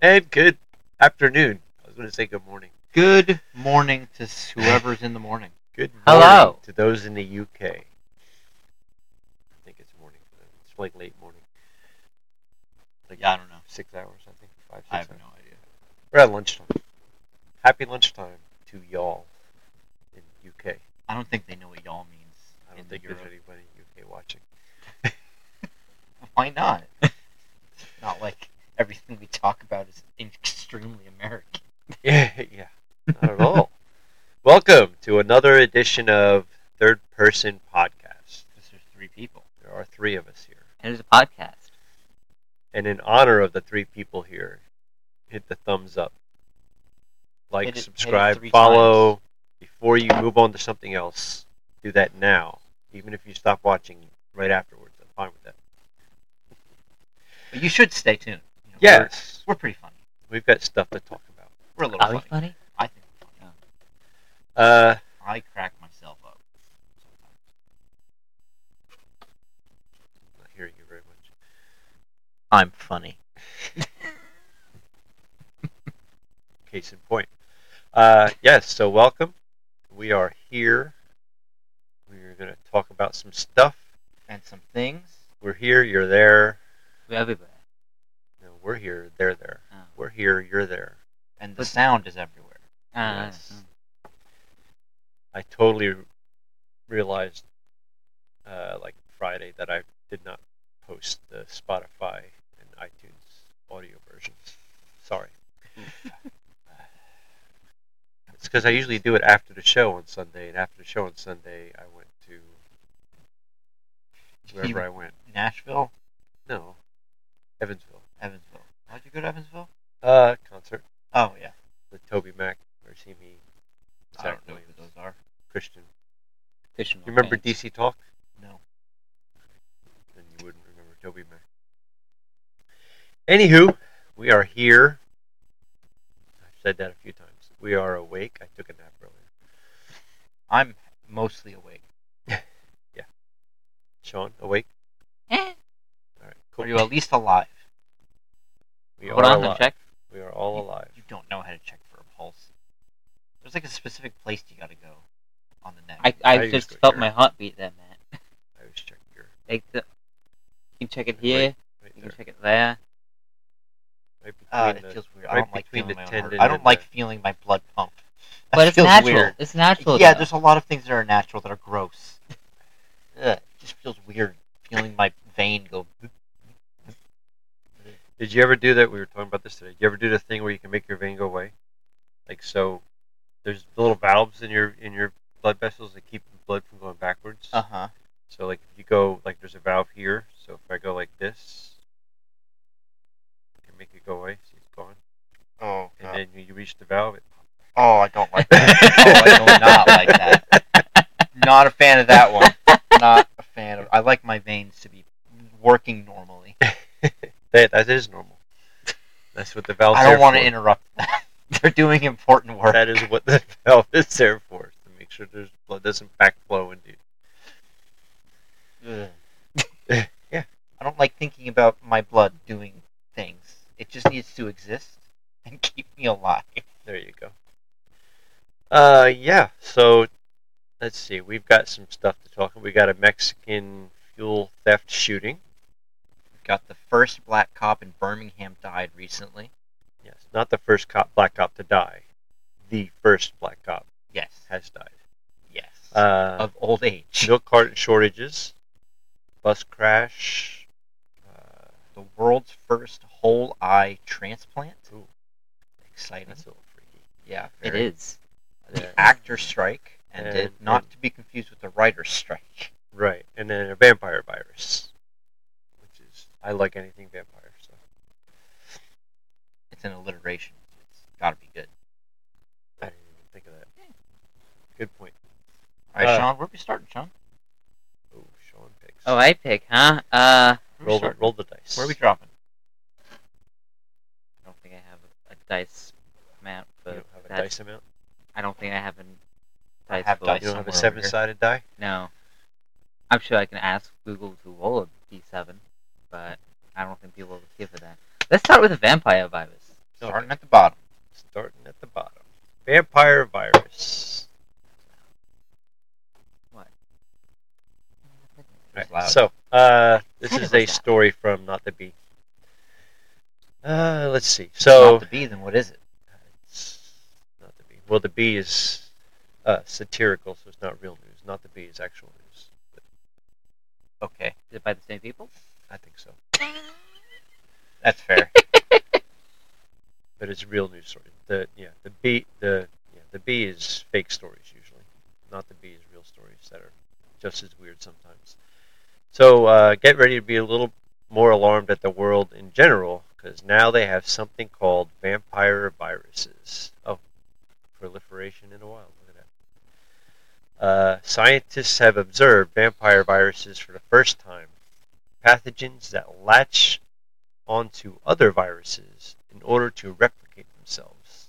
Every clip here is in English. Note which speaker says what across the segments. Speaker 1: and good afternoon. I was going to say good morning.
Speaker 2: Good morning to whoever's in the morning.
Speaker 1: Good morning
Speaker 3: Hello.
Speaker 1: to those in the UK. I think it's morning for them. It's like late morning,
Speaker 2: Like, I don't know.
Speaker 1: six hours, I think, five, six
Speaker 2: I have
Speaker 1: hours.
Speaker 2: no idea.
Speaker 1: We're at lunchtime. Happy lunchtime to y'all in UK.
Speaker 2: I don't think they know what y'all means.
Speaker 1: I
Speaker 2: in
Speaker 1: don't think
Speaker 2: Europe.
Speaker 1: there's anybody in UK watching.
Speaker 2: Why not? not like everything we talk about is extremely American.
Speaker 1: Yeah, yeah, not at all. Welcome to another edition of Third Person Podcast.
Speaker 2: Because there's three people.
Speaker 1: There are three of us here.
Speaker 3: And it's a podcast.
Speaker 1: And in honor of the three people here, hit the thumbs up. Like,
Speaker 2: Hit it- hit it
Speaker 1: subscribe,
Speaker 2: three
Speaker 1: follow. Before you move on to something else, do that now. Even if you stop watching right afterwards, I'm fine with that.
Speaker 2: But you should stay tuned. You know,
Speaker 1: Yes,
Speaker 2: We're, we're pretty funny.
Speaker 1: we've got stuff to talk about.
Speaker 2: We're a little
Speaker 3: Are we
Speaker 2: funny.
Speaker 3: funny?
Speaker 2: I think we're funny.
Speaker 1: Uh,
Speaker 2: I crack myself up. sometimes.
Speaker 1: I'm not hearing you very much.
Speaker 3: I'm funny.
Speaker 1: Case in point. Uh, yes, so welcome. We are here. We're going to talk about some stuff.
Speaker 2: And some things.
Speaker 1: We're here, you're there.
Speaker 3: We're everywhere.
Speaker 1: No, we're here, they're there.
Speaker 3: Oh.
Speaker 1: We're here, you're there.
Speaker 2: And the sound is everywhere.
Speaker 3: Ah,
Speaker 1: Yes. I totally realized, uh, like Friday, that I did not post the Spotify and iTunes audio versions. Sorry. it's because I usually do it after the show on Sunday, and after the show on Sunday, I went to wherever I went.
Speaker 2: Nashville?
Speaker 1: No, Evansville.
Speaker 2: Evansville. Why'd you go to Evansville?
Speaker 1: Uh, concert
Speaker 2: Oh, yeah.
Speaker 1: with Toby Mac, Mercy Me,
Speaker 2: I
Speaker 1: Zach
Speaker 2: don't know
Speaker 1: Williams,
Speaker 2: who those are.
Speaker 1: Christian.
Speaker 3: Fish and
Speaker 1: You remember
Speaker 3: Wolf Bands.
Speaker 1: DC Talk?
Speaker 2: No.
Speaker 1: then you wouldn't remember Toby Mac. Anywho, we are here. I've said that a few times. We are awake. I took a nap earlier.
Speaker 2: I'm mostly awake.
Speaker 1: Sean, awake?
Speaker 3: Eh,
Speaker 1: All right, cool.
Speaker 2: Are you at least alive?
Speaker 1: we
Speaker 3: Hold
Speaker 1: are
Speaker 3: on,
Speaker 1: alive.
Speaker 3: let me check.
Speaker 1: We are all
Speaker 2: You-
Speaker 1: alive.
Speaker 2: You don't know how to check for a pulse. There's like a specific place you gotta go on the neck.
Speaker 3: I, I,
Speaker 1: I used
Speaker 3: just
Speaker 1: to
Speaker 3: felt
Speaker 1: hear.
Speaker 3: my heartbeat there, man.
Speaker 1: I was checking your
Speaker 3: Like the, you can check it here,
Speaker 1: right
Speaker 3: you can
Speaker 1: there.
Speaker 3: check it there.
Speaker 1: Right between
Speaker 2: uh, it
Speaker 1: the,
Speaker 2: feels weird. I
Speaker 1: right
Speaker 2: don't like
Speaker 1: between
Speaker 2: feeling
Speaker 1: the
Speaker 2: my own
Speaker 1: tendon
Speaker 2: heart. I don't
Speaker 1: and
Speaker 2: like
Speaker 1: the-
Speaker 2: feeling my blood pump. That
Speaker 3: But it's
Speaker 2: feels
Speaker 3: natural.
Speaker 2: weird.
Speaker 3: It's natural.
Speaker 2: Yeah,
Speaker 3: though.
Speaker 2: there's a lot of things that are natural that are gross. Ugh, it just feels weird feeling my vein go. boop.
Speaker 1: Did you ever do that? We were talking about this today. Did you ever do the thing where you can make your vein go away? Like so, there's little valves in your in your blood vessels that keep the blood from going backwards.
Speaker 2: Uh huh.
Speaker 1: So like if you go like there's a valve here, so if I go like this, I can make it go away. See, it's gone.
Speaker 2: Oh.
Speaker 1: And then when you reach the valve, it
Speaker 2: Oh, I don't like that. oh, I do not like that. Not a fan of that one. Not a fan of. I like my veins to be working normally.
Speaker 1: that that is normal. That's what the valve.
Speaker 2: I don't want to interrupt that. They're doing important work.
Speaker 1: That is what the valve is there for, is to make sure there's blood doesn't backflow into. you. uh,
Speaker 2: Ugh.
Speaker 1: Yeah.
Speaker 2: I don't like thinking about my blood doing things. It just needs to exist and keep me alive.
Speaker 1: There you go. Uh, yeah. So let's see. We've got some stuff to talk. We got a Mexican fuel theft shooting.
Speaker 2: Got the first black cop in Birmingham died recently.
Speaker 1: Yes, not the first cop, black cop to die. The first black cop
Speaker 2: Yes.
Speaker 1: has died.
Speaker 2: Yes.
Speaker 1: Uh,
Speaker 2: of old age.
Speaker 1: milk carton shortages, bus crash. Uh,
Speaker 2: The world's first whole eye transplant.
Speaker 1: Ooh.
Speaker 2: Exciting.
Speaker 1: that's a little freaky.
Speaker 2: Yeah.
Speaker 3: It
Speaker 2: very.
Speaker 3: is.
Speaker 1: Yeah.
Speaker 2: The actor strike ended,
Speaker 1: And-
Speaker 2: not
Speaker 1: and-
Speaker 2: to be confused with the writer's strike.
Speaker 1: Right, and then a vampire virus, which is I like anything vampire. So
Speaker 2: It's an alliteration. It's got to be good.
Speaker 1: I didn't even think of that. Good point.
Speaker 2: All right,
Speaker 1: Uh,
Speaker 2: Sean, where we starting, Sean?
Speaker 1: Oh, Sean picks.
Speaker 3: Oh, I pick, huh? Uh,
Speaker 2: Where we
Speaker 1: roll the
Speaker 2: starting?
Speaker 1: roll the dice.
Speaker 2: Where are we dropping?
Speaker 3: I don't think I have a, a dice map,
Speaker 1: You
Speaker 3: but
Speaker 1: don't have a
Speaker 3: that's-
Speaker 1: dice amount.
Speaker 3: I don't think I have a dice
Speaker 2: have
Speaker 3: book.
Speaker 2: dice.
Speaker 1: You don't have a
Speaker 2: somewhere over
Speaker 1: seven
Speaker 2: here.
Speaker 1: sided die.
Speaker 3: No. I'm sure I can ask Google to roll a d7, but I don't think people will give for that. Let's start with a vampire virus.
Speaker 2: Starting at the bottom.
Speaker 1: Starting at the bottom. Vampire virus.
Speaker 2: It's
Speaker 1: Right,
Speaker 2: loud.
Speaker 1: So, uh, this
Speaker 3: Kind
Speaker 1: is
Speaker 3: of like
Speaker 1: a
Speaker 3: that.
Speaker 1: story from Not the Bee. Uh, let's see. So,
Speaker 2: so to be, then what is it?
Speaker 1: it's not the bee. Well, the bee is uh, satirical, so it's not real news. Not the bee is actual news.
Speaker 2: Okay,
Speaker 3: Is it by the same people?
Speaker 1: I think so,
Speaker 2: that's fair.
Speaker 1: but it's real news story. The yeah, the bee the yeah, the bee is fake stories usually. Not the bee is real stories that are just as weird sometimes. So uh, get ready to be a little more alarmed at the world in general, because now they have something called vampire viruses. Oh, proliferation in the wild. Look at that. Uh, scientists have observed vampire viruses for the first time. Pathogens that latch onto other viruses in order to replicate themselves.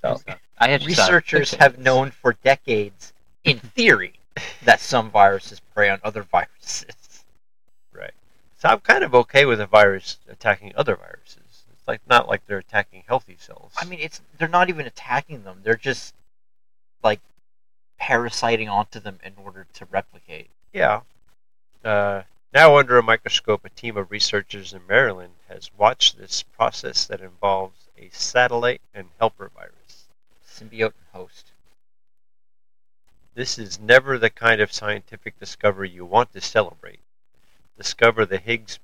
Speaker 2: So
Speaker 3: I had
Speaker 2: researchers
Speaker 3: stuff.
Speaker 2: have known for decades, in theory, that some viruses prey on other viruses.
Speaker 1: So I'm kind of okay with a virus attacking other viruses. It's like not like they're attacking healthy cells.
Speaker 2: I mean, it's they're not even attacking them; they're just like parasiting onto them in order to replicate.
Speaker 1: Yeah. Uh, now under a microscope, a team of researchers in Maryland has watched this process that involves a satellite and helper virus.
Speaker 2: Symbiote and host.
Speaker 1: This is never the kind of scientific discovery you want to celebrate. Discover the Higgs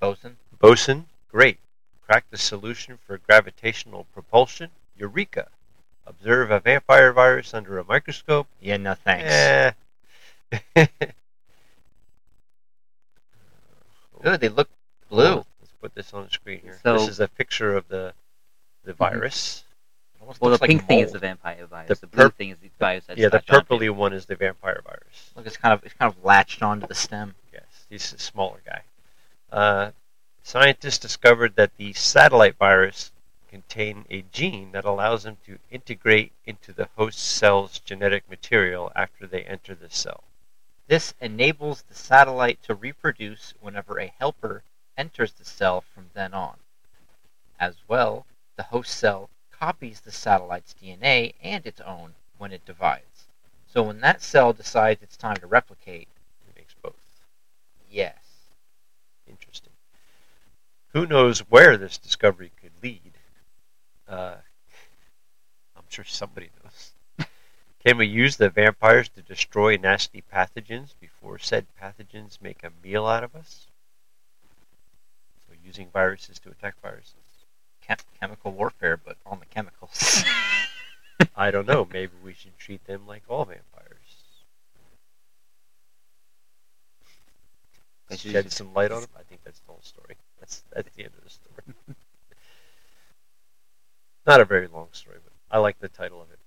Speaker 2: Bosun.
Speaker 1: boson? Great. Crack the solution for gravitational propulsion? Eureka. Observe a vampire virus under a microscope?
Speaker 2: Yeah, no thanks.
Speaker 1: Eh.
Speaker 2: Ooh, they look blue. It
Speaker 1: Let's put this on the screen here.
Speaker 3: So- Mm-hmm.
Speaker 1: this is a picture of the the virus.
Speaker 2: almost
Speaker 3: Well, the
Speaker 2: looks like
Speaker 3: pink thing is
Speaker 2: mold.
Speaker 3: the vampire virus. The,
Speaker 1: The
Speaker 3: blue
Speaker 1: purp-
Speaker 3: thing is the virus. that's
Speaker 1: yeah, the
Speaker 3: latched onto
Speaker 1: purpley one is the vampire virus.
Speaker 2: Look, it's kind of it's kind of latched onto the stem.
Speaker 1: Yes, he's a smaller guy. Uh, scientists discovered that the satellite virus contain a gene that allows them to integrate into the host cell's genetic material after they enter the cell.
Speaker 2: This enables the satellite to reproduce whenever a helper enters the cell from then on. As well, the host cell copies the satellite's DNA and its own when it divides. So when that cell decides it's time to replicate,
Speaker 1: It makes both
Speaker 2: yes.
Speaker 1: interesting. Who knows where this discovery could lead? Uh, I'm sure somebody knows. Can we use the vampires to destroy nasty pathogens before said pathogens make a meal out of us? So using viruses to attack viruses.
Speaker 2: Chem- chemical warfare, but on the chemicals.
Speaker 1: I don't know. Maybe we should treat them like all vampires.
Speaker 3: I see.
Speaker 1: Shed some light on them. I think that's the whole story. That's that's the end of the story. Not a very long story, but I like the title of it.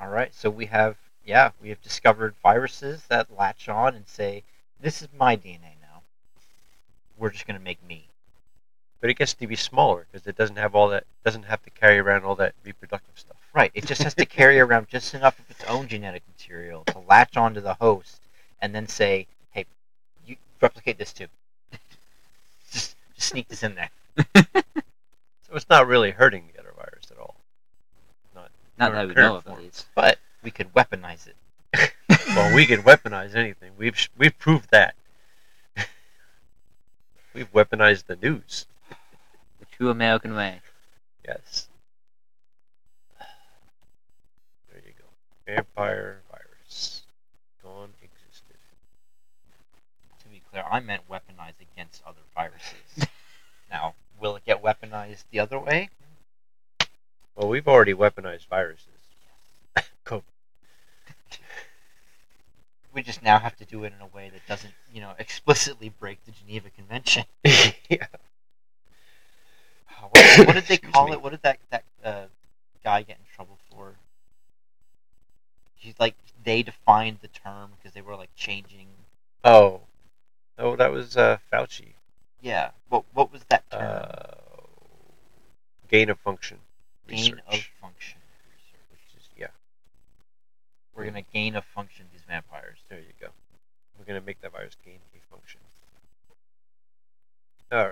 Speaker 2: All right, so we have yeah, we have discovered viruses that latch on and say, "This is my DNA now. We're just going to make me."
Speaker 1: But it gets to be smaller because it doesn't have all that. Doesn't have to carry around all that reproductive stuff.
Speaker 2: Right, it just has to carry around just enough of its own genetic material to latch onto the host and then say, "Hey, you replicate this too. just, just sneak this in there."
Speaker 1: So it's not really hurting the other virus at all.
Speaker 3: it. Not that we
Speaker 1: current
Speaker 3: know of, at
Speaker 1: form.
Speaker 3: least.
Speaker 2: But we could weaponize it.
Speaker 1: Well, we can weaponize anything. We've sh- we've proved that. we've weaponized the news.
Speaker 3: The true American way.
Speaker 1: Yes. There you go. Vampire virus. Gone existed.
Speaker 2: To be clear, I meant weaponize against other viruses. now, will it get weaponized the other way?
Speaker 1: Well, we've already weaponized viruses.
Speaker 2: we just now have to do it in a way that doesn't, you know, explicitly break the Geneva Convention.
Speaker 1: yeah.
Speaker 2: Oh, What, what did they
Speaker 1: Excuse
Speaker 2: call
Speaker 1: me.
Speaker 2: it? What did that that uh, guy get in trouble for? He's like they defined the term because they were like changing.
Speaker 1: Oh. Oh, that was uh, Fauci.
Speaker 2: Yeah. What what was that term?
Speaker 1: Uh, gain of function.
Speaker 2: gain
Speaker 1: research.
Speaker 2: of function. research, which is-
Speaker 1: Yeah.
Speaker 2: We're gonna gain of function these vampires.
Speaker 1: There you go. We're going to make that virus gain a function. All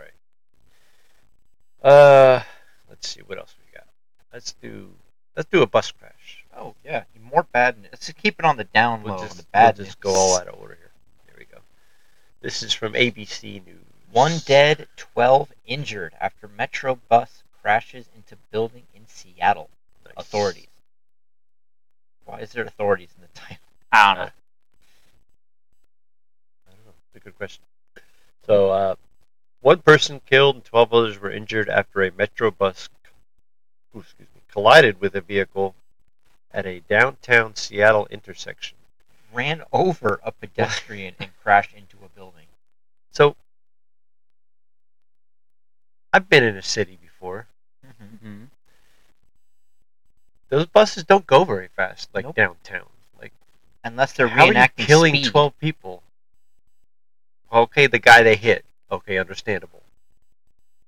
Speaker 1: Uh, Let's do a bus crash.
Speaker 2: Oh yeah, more bad. news. Let's keep it on the down
Speaker 1: We'll
Speaker 2: low.
Speaker 1: just,
Speaker 2: the bad
Speaker 1: we'll just go
Speaker 2: news.
Speaker 1: all out of order here. There we go. This is from ABC News.
Speaker 2: One dead, twelve injured after metro bus crashes into building in Seattle.
Speaker 1: Nice.
Speaker 2: Authorities. Why is there authorities in the title?
Speaker 3: I don't know.
Speaker 1: I don't know. It's a good question. So, uh, one person killed and 12 others were injured after a Metro bus ooh, excuse me, collided with a vehicle at a downtown Seattle intersection.
Speaker 2: Ran over a pedestrian and crashed into a building.
Speaker 1: So, I've been in a city before.
Speaker 2: Mm-hmm.
Speaker 3: Mhm.
Speaker 1: Those buses don't go very fast, like
Speaker 2: Nope.
Speaker 1: downtown. Like,
Speaker 2: Unless they're
Speaker 1: how are you
Speaker 2: reenacting
Speaker 1: killing
Speaker 2: speed.
Speaker 1: 12 people? Okay, the guy they hit. Okay, understandable.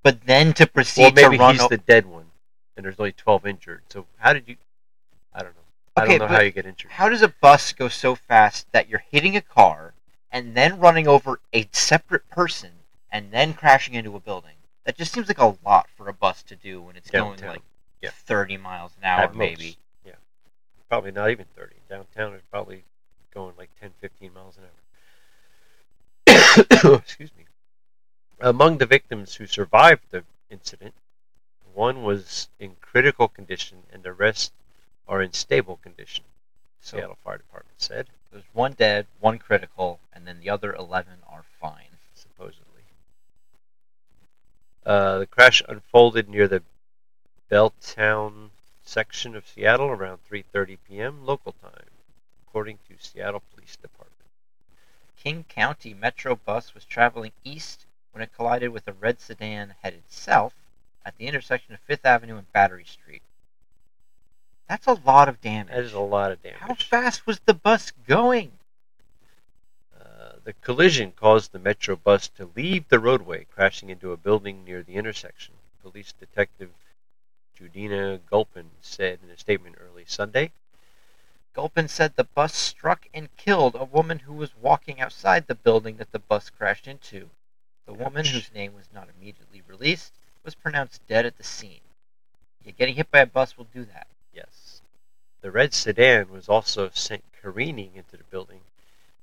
Speaker 2: But then to proceed
Speaker 1: Well, maybe
Speaker 2: to run.
Speaker 1: he's
Speaker 2: o-
Speaker 1: the dead one, and there's only twelve injured. So how did you? I don't know. I don't
Speaker 2: Okay,
Speaker 1: know how
Speaker 2: but
Speaker 1: you get injured.
Speaker 2: How does a bus go so fast that you're hitting a car and then running over a separate person and then crashing into a building? That just seems like a lot for a bus to do when it's
Speaker 1: Downtown.
Speaker 2: going like
Speaker 1: Yeah.
Speaker 2: 30 miles an hour,
Speaker 1: At most.
Speaker 2: maybe.
Speaker 1: Yeah. Probably not even thirty. Downtown is probably going like 10, 15 miles an hour. Excuse me. Among the victims who survived the incident, one was in critical condition, and the rest are in stable condition.
Speaker 2: So-
Speaker 1: Seattle Fire Department said,
Speaker 2: There's one dead, one critical, and then the other 11 are fine.
Speaker 1: supposedly. Uh, the crash unfolded near the Belltown section of Seattle around 3:30 p.m. local time, according to Seattle Police Department.
Speaker 2: King County Metro bus was traveling east when it collided with a red sedan headed south at the intersection of Fifth Avenue and Battery Street. That's a lot of damage.
Speaker 1: That is a lot of damage.
Speaker 2: How fast was the bus going?
Speaker 1: Uh, the collision caused the metro bus to leave the roadway, crashing into a building near the intersection. Police detective Judina Gulpin said in a statement early Sunday.
Speaker 2: Gulpin said the bus struck and killed a woman who was walking outside the building that the bus crashed into. The woman,
Speaker 1: Ouch.
Speaker 2: whose name was not immediately released, was pronounced dead at the scene. Yeah, getting hit by a bus will do that.
Speaker 1: Yes. The red sedan was also sent careening into the building,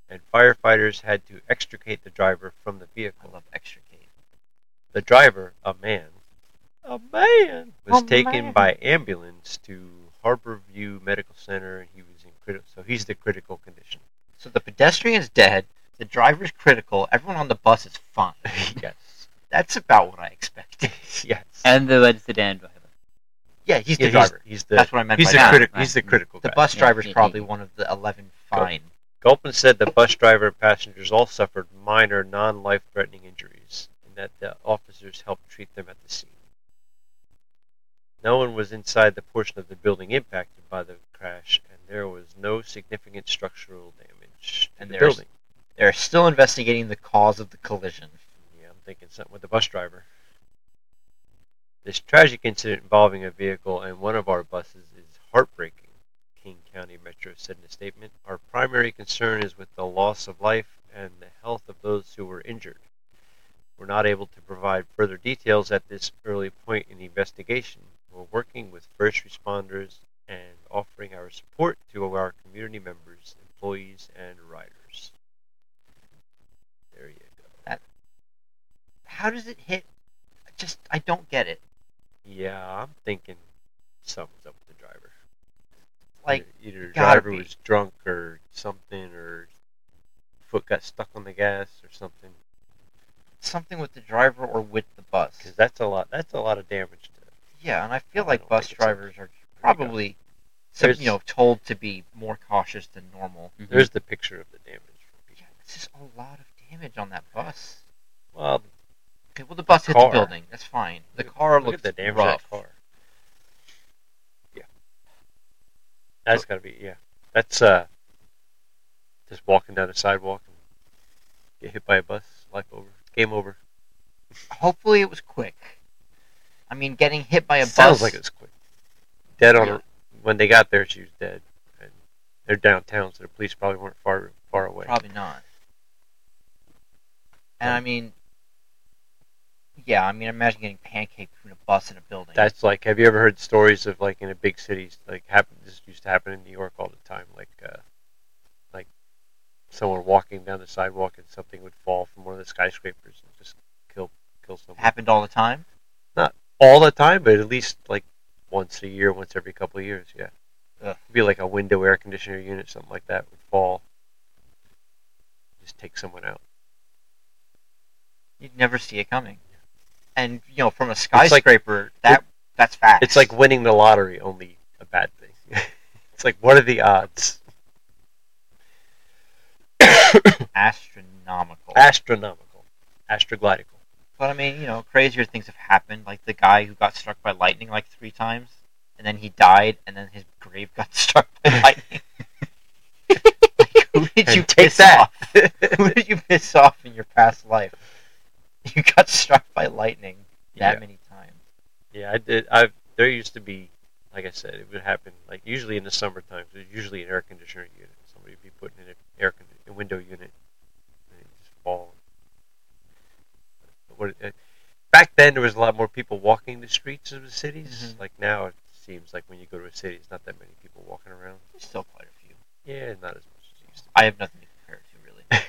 Speaker 1: and firefighters had to extricate the driver from the
Speaker 2: I
Speaker 1: vehicle.
Speaker 2: love extricate.
Speaker 1: The driver, a man, a man, was
Speaker 2: A
Speaker 1: taken
Speaker 2: man.
Speaker 1: by ambulance to Harborview Medical Center, and he was in critical. So he's the critical condition.
Speaker 2: So the pedestrian's dead, the driver's critical, everyone on the bus is fine.
Speaker 1: yes.
Speaker 2: That's about what I expected.
Speaker 1: Yes.
Speaker 3: And the Mm-hmm. red sedan driver.
Speaker 2: Yeah, he's
Speaker 1: Yeah,
Speaker 2: the driver.
Speaker 1: He's the.
Speaker 2: That's what I meant
Speaker 1: He's
Speaker 2: by
Speaker 1: the
Speaker 2: that.
Speaker 3: crit-
Speaker 1: critical. He's the
Speaker 3: Right.
Speaker 1: critical.
Speaker 2: the
Speaker 1: guy.
Speaker 2: bus
Speaker 3: Yeah,
Speaker 2: driver's
Speaker 3: yeah,
Speaker 2: probably
Speaker 3: yeah.
Speaker 2: one of the 11 fine.
Speaker 1: Gulpin said the bus driver and passengers all suffered minor, non life threatening injuries and that the officers helped treat them at the scene. No one was inside the portion of the building impacted by the crash, and there was no significant structural damage to
Speaker 2: And
Speaker 1: the
Speaker 2: there's-
Speaker 1: building.
Speaker 2: They're still investigating the cause of the collision.
Speaker 1: Yeah, I'm thinking something with the bus driver. This tragic incident involving a vehicle and one of our buses is heartbreaking, King County Metro said in a statement. Our primary concern is with the loss of life and the health of those who were injured. We're not able to provide further details at this early point in the investigation. We're working with first responders and offering our support to our community members, employees, and riders. There you go.
Speaker 2: How does it hit? Just, I don't get it.
Speaker 1: Yeah, I'm thinking something's up with the driver.
Speaker 2: Like,
Speaker 1: either, either the
Speaker 2: gotta
Speaker 1: driver
Speaker 2: be.
Speaker 1: was drunk or something, or foot got stuck on the gas or something.
Speaker 2: something with the driver or with the bus.
Speaker 1: Because that's a lot. That's a lot of damage to.
Speaker 2: Yeah, and I feel
Speaker 1: I
Speaker 2: like
Speaker 1: don't
Speaker 2: bus
Speaker 1: think it's okay.
Speaker 2: drivers are probably, some,
Speaker 1: There's-
Speaker 2: you know, told to be more cautious than normal.
Speaker 3: Mhm.
Speaker 1: There's the picture of the damage.
Speaker 2: Yeah, it's just a lot of damage on that bus.
Speaker 1: Well,
Speaker 2: Okay, well, the bus hit the
Speaker 1: Car.
Speaker 2: building. That's fine. The
Speaker 1: Look-
Speaker 2: car
Speaker 1: look
Speaker 2: looks
Speaker 1: at the damage
Speaker 2: rough.
Speaker 1: of that car. Yeah, that's gotta be. Yeah, that's uh, just walking down the sidewalk and get hit by a bus. Life over. Game over.
Speaker 2: Hopefully, it was quick. I mean, getting hit by a
Speaker 1: Sounds
Speaker 2: bus.
Speaker 1: like it's quick. Dead on
Speaker 2: Yeah.
Speaker 1: when they got there, she was dead. And they're downtown, so the police probably weren't far far away.
Speaker 2: Probably not. And I mean, yeah, I mean, imagine getting pancaked from a bus in a building.
Speaker 1: That's like, have you ever heard stories of like in a big cities like happen? This used to happen in New York all the time. Like, uh, like someone walking down the sidewalk and something would fall from one of the skyscrapers and just kill kill someone.
Speaker 2: happened all the time.
Speaker 1: all the time, but at least like once a year, once every couple of years. Yeah,
Speaker 2: Ugh.
Speaker 1: It'd be like a window air conditioner unit, something like that would fall, just take someone out.
Speaker 2: You'd never see it coming. And you know, from a
Speaker 1: like-
Speaker 2: skyscraper, that that's fact.
Speaker 1: It's like winning the lottery, only a bad thing. it's like what are the odds?
Speaker 2: astronomical.
Speaker 1: Astronomical, astroglide.
Speaker 2: But I mean, you know, crazier things have happened, like the guy who got struck by lightning like three times, and then he died, and then his grave got struck by lightning. like, who did
Speaker 1: And
Speaker 2: you
Speaker 1: take
Speaker 2: piss
Speaker 1: that.
Speaker 2: off? who did you piss off in your past life? You got struck by lightning that
Speaker 1: Yeah.
Speaker 2: many times.
Speaker 1: Yeah, I did. I there used to be, like I said, it would happen like usually in the summertime. There's usually an air conditioner unit. Somebody would be putting in an air con- a window unit, and it just fall. But what, uh, back then, there was a lot more people walking the streets of the cities.
Speaker 2: Mhm.
Speaker 1: Like now, it seems like when you go to a city, it's not that many people walking around.
Speaker 2: There's still quite a few.
Speaker 1: Yeah, not as much as it used to.
Speaker 2: I have nothing to compare it to, really.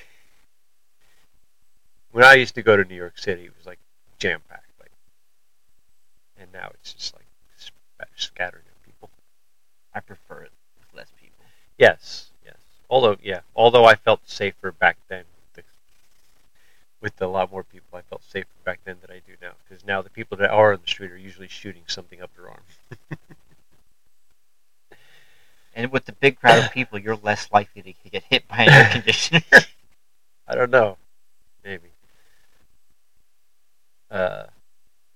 Speaker 1: When I used to go to New York City, it was like jam packed, like, and now it's just like sp- scattered of people.
Speaker 2: I prefer it with less people.
Speaker 1: Yes, yes. Although, yeah, although I felt safer back then with the- with a lot more people, I felt safer back then than I do now. Because now the people that are on the street are usually shooting something up their arm.
Speaker 2: And with the big crowd of people, you're less likely to get hit by an air conditioner.
Speaker 1: I don't know, maybe. Uh,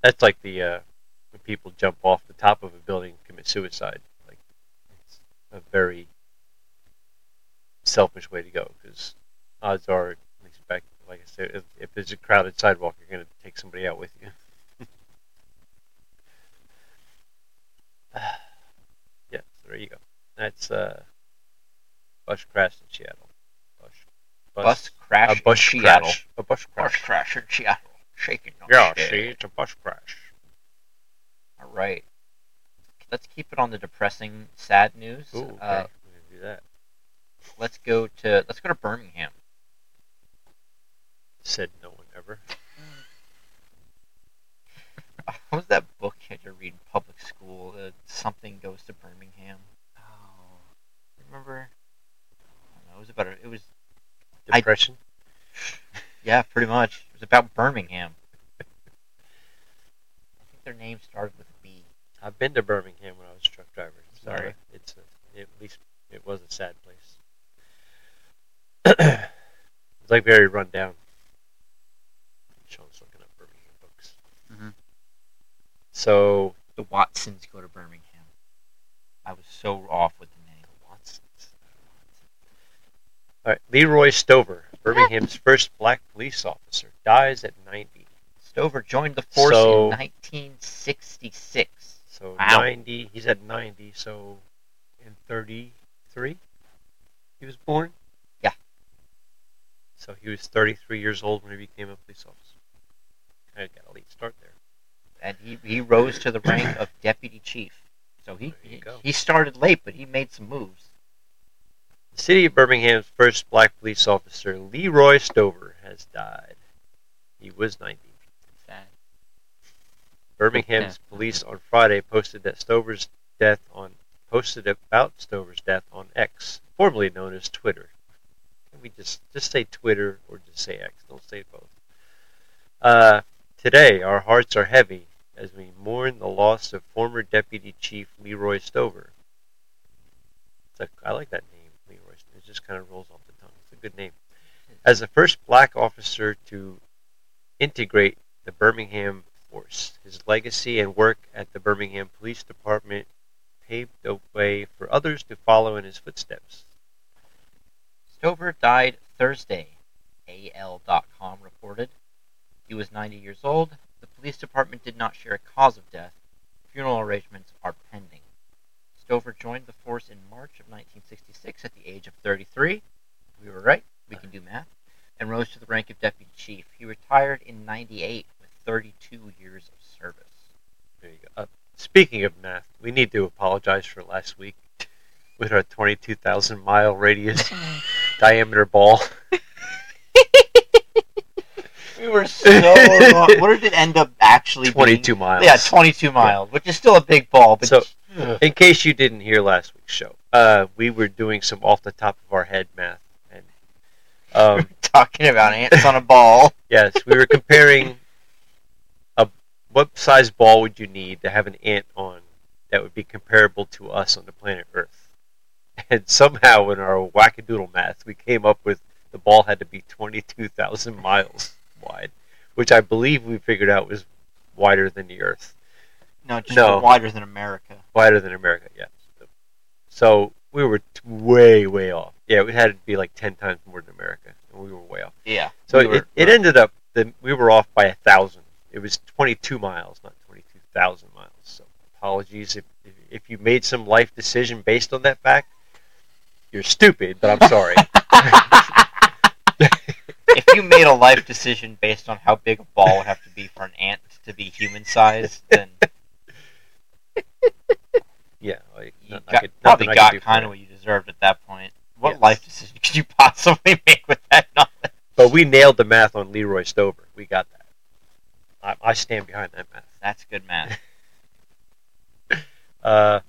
Speaker 1: that's like the uh, when people jump off the top of a building and commit suicide. Like it's a very selfish way to go because odds are, at least back, like I said, if, if there's a crowded sidewalk, you're going to take somebody out with you. yeah, so there you go. That's uh, bus crash in Seattle. Bus,
Speaker 2: Bus crash
Speaker 1: a bus
Speaker 2: in Seattle.
Speaker 1: crash. A bus
Speaker 2: Bus
Speaker 1: crash.
Speaker 2: crash in Seattle. Shaking. no
Speaker 1: Yeah,
Speaker 2: shit.
Speaker 1: see, it's a bus crash.
Speaker 2: All right. Let's keep it on the depressing, sad news.
Speaker 1: Ooh, okay.
Speaker 2: Uh,
Speaker 1: we do that.
Speaker 2: let's go to let's go to Birmingham.
Speaker 1: Said no one ever.
Speaker 2: What was that book you had to read in public school? Uh, something goes to Birmingham.
Speaker 3: Oh.
Speaker 2: Remember? I don't know. It was about a, it was I-
Speaker 1: Depression.
Speaker 2: yeah, pretty much. It was about Birmingham. I think their name started with a B.
Speaker 1: I, have been to Birmingham when I was a truck driver. It's not
Speaker 2: Sorry.
Speaker 1: a- it's a, at least it was a sad place. it's like very run down. Sean's looking up Birmingham books. Mm-hmm.
Speaker 3: Mhm.
Speaker 1: So
Speaker 2: The Watsons go to Birmingham. I was so off with the name.
Speaker 1: Watsons. All right, Leroy Stover, Birmingham's first black police officer, dies at 90.
Speaker 2: Stover joined the force
Speaker 1: So-
Speaker 2: in 1966.
Speaker 1: So
Speaker 3: Wow.
Speaker 1: 90, he's at 90, so in 33, he was born?
Speaker 2: Yeah.
Speaker 1: So he was 33 years old when he became a police officer. I got a late start there.
Speaker 2: and he, he rose to the rank of deputy chief. So he
Speaker 1: There you
Speaker 2: he,
Speaker 1: go.
Speaker 2: he started late, but he made some moves.
Speaker 1: The city of Birmingham's first black police officer, Leroy Stover, has died. He was 90.
Speaker 3: Sad.
Speaker 1: Birmingham's police on Friday posted that Stover's death on posted about Stover's death on X, formerly known as Twitter. Can we just just say Twitter or just say X? Don't say both. Uh, today, our hearts are heavy as we mourn the loss of former Deputy Chief Leroy Stover. It's a, I like that name, Leroy. It just kind of rolls off the tongue. It's a good name. As the first black officer to integrate the Birmingham force. His legacy and work at the Birmingham Police Department paved the way for others to follow in his footsteps.
Speaker 2: Stover died Thursday, AL.com reported. He was 90 years old. The police department did not share a cause of death. Funeral arrangements are pending. Stover joined the force in March of 1966 at the age of 33. We were right. We can do math. And rose to the rank of deputy chief. He retired in 98 with 32 years of service.
Speaker 1: There you go. Uh, speaking of math, we need to apologize for last week with our 22,000 mile radius diameter ball.
Speaker 2: We were so wrong. What did it end up actually
Speaker 1: 22 miles.
Speaker 2: being? Yeah, 22 miles, which is still a big ball. But
Speaker 1: So- In case you didn't hear last week's show, uh, we were doing some off the top of our head math, and um,
Speaker 2: talking about ants on a ball.
Speaker 1: yes, we were comparing a what size ball would you need to have an ant on that would be comparable to us on the planet Earth, and somehow in our wackadoodle math, we came up with the ball had to be twenty two thousand miles wide, which I believe we figured out was wider than the Earth.
Speaker 2: No, just
Speaker 1: No.
Speaker 2: wider than America.
Speaker 1: wider than America, yes. So we were t- way, way off. Yeah, it had to be like ten times more than America, and we were way off.
Speaker 2: Yeah.
Speaker 1: So
Speaker 2: we
Speaker 1: it,
Speaker 2: were-
Speaker 1: it ended up that we were off by a thousand. It was twenty-two miles, not twenty-two thousand miles. So apologies if if- if you made some life decision based on that fact. You're stupid, but I'm sorry.
Speaker 2: if you made a life decision based on how big a ball would have to be for an ant to be human sized, then
Speaker 1: yeah, like,
Speaker 2: you
Speaker 1: nothing I
Speaker 2: got,
Speaker 1: could-
Speaker 2: probably
Speaker 1: nothing I could
Speaker 2: got
Speaker 1: do for
Speaker 2: kind
Speaker 1: it.
Speaker 2: of what you deserved at that point. What
Speaker 1: Yes.
Speaker 2: life decision could you possibly make with that? knowledge?
Speaker 1: But we nailed the math on Leroy Stover. We got that. I, I stand behind that math.
Speaker 2: That's good math.
Speaker 1: Uh,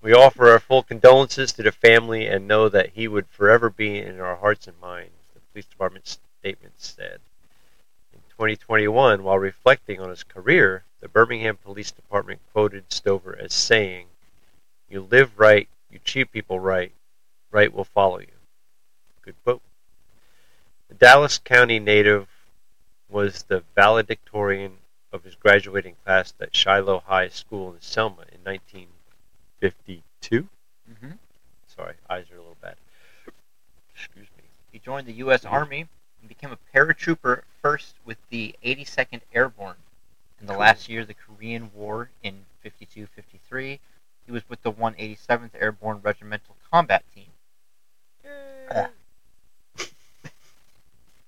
Speaker 1: we offer our full condolences to the family and know that he would forever be in our hearts and minds, the police department's statement said. In 2021, while reflecting on his career, the Birmingham Police Department quoted Stover as saying, You live right, you treat people right, right will follow you. Good quote. The Dallas County native was the valedictorian of his graduating class at Shiloh High School in Selma in 1952.
Speaker 3: Mm-hmm.
Speaker 1: Sorry, eyes are a little bad. Excuse me.
Speaker 2: He joined the U.S. Army and became a paratrooper first with the 82nd Airborne. In the
Speaker 1: Cool.
Speaker 2: last year of the Korean War in 52 53, he was with the 187th Airborne Regimental Combat Team.
Speaker 1: Yay.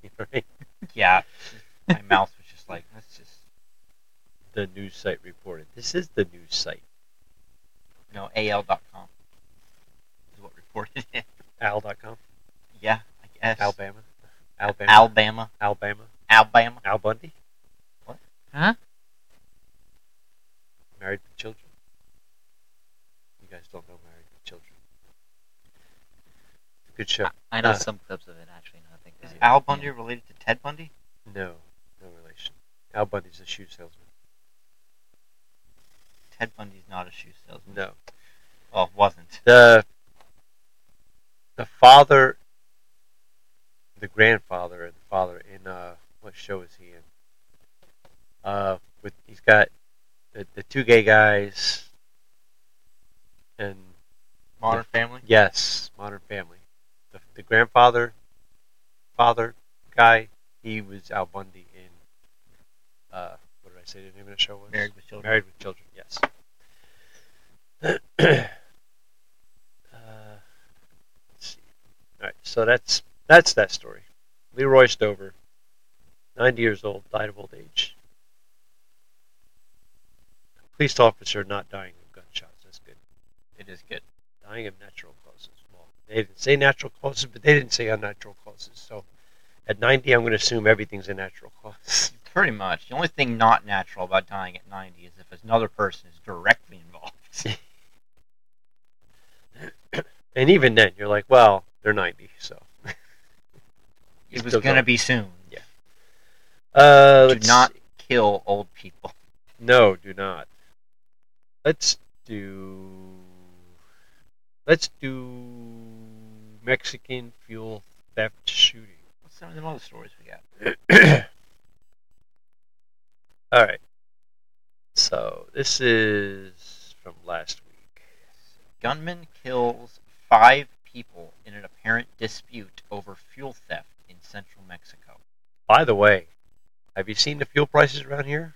Speaker 1: You know, right?
Speaker 2: Yeah, my mouth was just like, let's just.
Speaker 1: the news site reported. This is the news site.
Speaker 2: No, AL.com is what reported it.
Speaker 1: Al.com.
Speaker 2: yeah, I guess.
Speaker 1: Alabama. Alabama.
Speaker 2: Alabama.
Speaker 1: Alabama.
Speaker 2: Alabama.
Speaker 1: Al Bundy.
Speaker 2: What?
Speaker 3: Huh?
Speaker 1: Married with children. You guys don't know Married with Children. Good show.
Speaker 3: I know
Speaker 1: Uh,
Speaker 3: some clips of it actually. Now I think
Speaker 2: Is
Speaker 3: about it.
Speaker 2: Al Bundy related to Ted Bundy?
Speaker 1: No, no relation. Al Bundy's a shoe salesman.
Speaker 2: Ted Bundy's not a shoe salesman.
Speaker 1: No.
Speaker 2: Well, wasn't.
Speaker 1: The the father, the grandfather, and the father in uh, what show is he in? Uh, with he's got the, the two gay guys, and
Speaker 2: Modern Family?
Speaker 1: yes, Modern Family. The, the grandfather, father guy, he was Al Bundy in. Uh, what did I say the name of the show was?
Speaker 2: Married with Children.
Speaker 1: Married with Children, yes. uh, let's see. All right, so that's that's that story. Leroy Stover, 90 years old, died of old age. Police officer not dying of gunshots. That's good.
Speaker 2: It is good.
Speaker 1: Dying of natural causes. Well, they didn't say natural causes, but they didn't say unnatural causes. So at 90, I'm going to assume everything's a natural cause.
Speaker 2: Pretty much. The only thing not natural about dying at 90 is if another person is directly involved.
Speaker 1: And even then, you're like, well, they're 90, so.
Speaker 2: It was
Speaker 1: Still
Speaker 2: going to
Speaker 1: going.
Speaker 2: be soon.
Speaker 1: Yeah. Uh,
Speaker 2: Do
Speaker 1: let's
Speaker 2: not kill old people.
Speaker 1: No, do not. Let's do. Let's do Mexican fuel theft shooting.
Speaker 2: What's some of the other stories we got?
Speaker 1: All right. So this is from last week.
Speaker 2: Gunman kills five people in an apparent dispute over fuel theft in central Mexico.
Speaker 1: By the way, have you seen the fuel prices around here?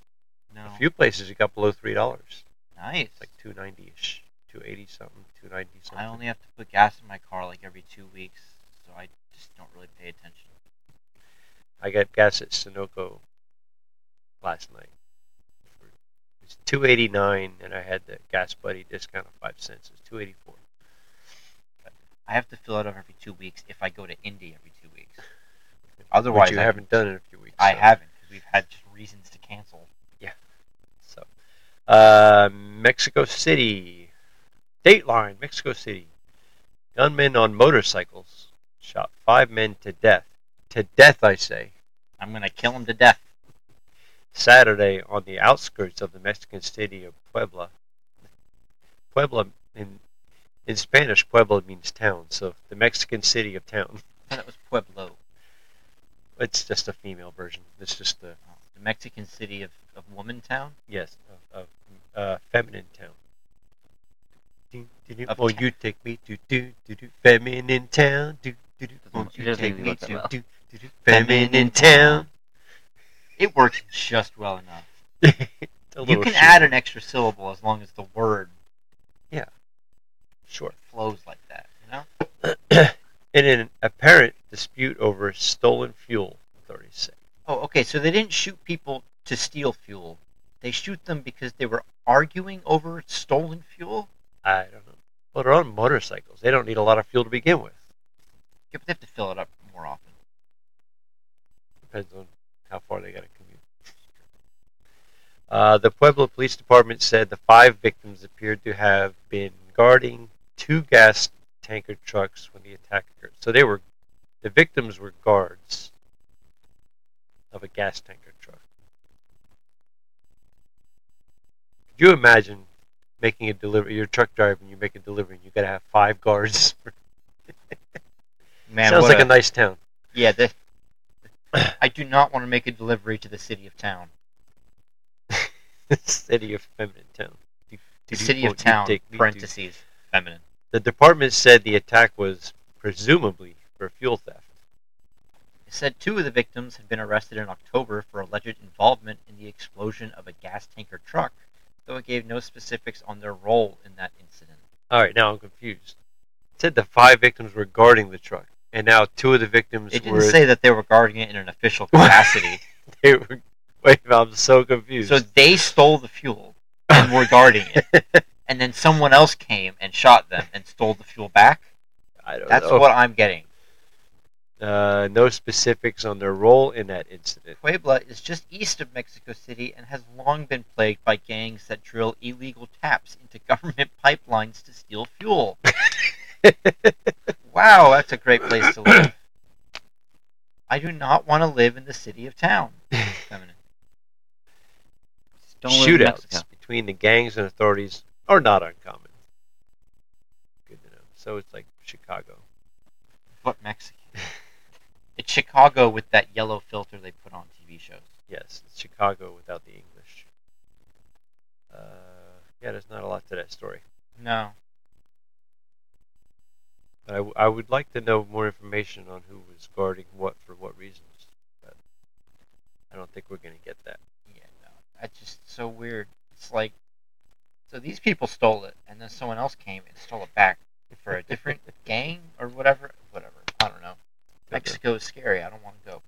Speaker 2: No.
Speaker 1: A few places it got below three dollars,
Speaker 2: nice.
Speaker 1: like two ninety ish, two eighty something, two ninety something.
Speaker 2: I only have to put gas in my car like every two weeks, so I just don't really pay attention.
Speaker 1: I got gas at Sunoco last night. It was two eighty nine, and I had the Gas Buddy discount of five cents. It was two eighty four.
Speaker 2: I have to fill it up every two weeks if I go to Indy every two weeks. Otherwise,
Speaker 1: you
Speaker 2: I-
Speaker 1: haven't done in a few weeks.
Speaker 2: I
Speaker 1: so-
Speaker 2: haven't because we've had just reasons to cancel.
Speaker 1: So, uh, Mexico City. Dateline, Mexico City. Gunmen on motorcycles shot five men to death. To death, I say.
Speaker 2: I'm gonna kill him to death.
Speaker 1: Saturday on the outskirts of the Mexican city of Puebla. Puebla in in Spanish, Puebla means town, so the Mexican city of town.
Speaker 2: I thought it was Pueblo,
Speaker 1: It's just a female version. It's just the
Speaker 2: uh, the Mexican city of, of Woman Town.
Speaker 1: yes of, of uh, feminine town. Do, do, do.
Speaker 2: Of
Speaker 1: Oh,
Speaker 2: ta-
Speaker 1: you take me to do do do feminine town. Do do do.
Speaker 3: Doesn't-
Speaker 1: Won't
Speaker 3: it
Speaker 1: you
Speaker 3: doesn't
Speaker 1: take
Speaker 3: even
Speaker 1: me
Speaker 3: look that
Speaker 1: to
Speaker 3: well.
Speaker 1: do do do feminine town?
Speaker 2: It works just well enough.
Speaker 1: A
Speaker 2: You
Speaker 1: little
Speaker 2: can
Speaker 1: short.
Speaker 2: add an extra syllable as long as the word
Speaker 1: sure.
Speaker 2: flows like that. You know,
Speaker 1: In an apparent dispute over stolen fuel, authorities say.
Speaker 2: Oh, okay. So they didn't shoot people to steal fuel. They shoot them because they were arguing over stolen fuel.
Speaker 1: I don't know. Well, they're on motorcycles. They don't need a lot of fuel to begin with.
Speaker 2: Yeah, but they have to fill it up more often.
Speaker 1: Depends on how far they got to commute. Uh, the Pueblo Police Department said the five victims appeared to have been guarding two gas tanker trucks when the attack occurred. So they were, the victims were guards of a gas tanker truck. Could you imagine making a delivery? You're a truck driver and you make a delivery, and you got to have five guards.
Speaker 2: Man,
Speaker 1: Sounds
Speaker 2: what
Speaker 1: like
Speaker 2: a-
Speaker 1: a nice town.
Speaker 2: yeah. The, I do not want to make a delivery to the city of town.
Speaker 1: city of feminine town.
Speaker 2: The city
Speaker 1: Oh,
Speaker 2: of
Speaker 1: you
Speaker 2: town.
Speaker 1: take me to-
Speaker 2: Parentheses. Feminine.
Speaker 1: The department said the attack was presumably for fuel theft.
Speaker 2: It said two of the victims had been arrested in October for alleged involvement in the explosion of a gas tanker truck, though it gave no specifics on their role in that incident.
Speaker 1: All right, now I'm confused. It said the five victims were guarding the truck, and now two of the victims
Speaker 2: It didn't
Speaker 1: were.
Speaker 2: say that they were guarding it in an official capacity.
Speaker 1: they were- wait, I'm so confused.
Speaker 2: So they stole the fuel and were guarding it. And then someone else came and shot them and stole the fuel back.
Speaker 1: I don't
Speaker 2: That's
Speaker 1: know.
Speaker 2: what I'm getting.
Speaker 1: Uh, no specifics on their role in that incident.
Speaker 2: Puebla is just east of Mexico City and has long been plagued by gangs that drill illegal taps into government pipelines to steal fuel. wow, that's a great place to live. I do not want to live in the city of town. Feminine.
Speaker 3: Just don't live in
Speaker 1: Shootouts
Speaker 3: Mexico.
Speaker 1: between the gangs and authorities are not uncommon. Good to know. So it's like Chicago.
Speaker 2: But Mexican. It's Chicago with that yellow filter they put on TV shows.
Speaker 1: Yes, it's Chicago without the English. Uh, yeah, there's not a lot to that story.
Speaker 2: No.
Speaker 1: But I, w- I would like to know more information on who was guarding what for what reasons. But I don't think we're going to get that.
Speaker 2: Yeah, no. That's just so weird. It's like, so these people stole it, and then someone else came and stole it back for a different gang or whatever. Whatever. I don't know. Mexico is scary. I don't want to go.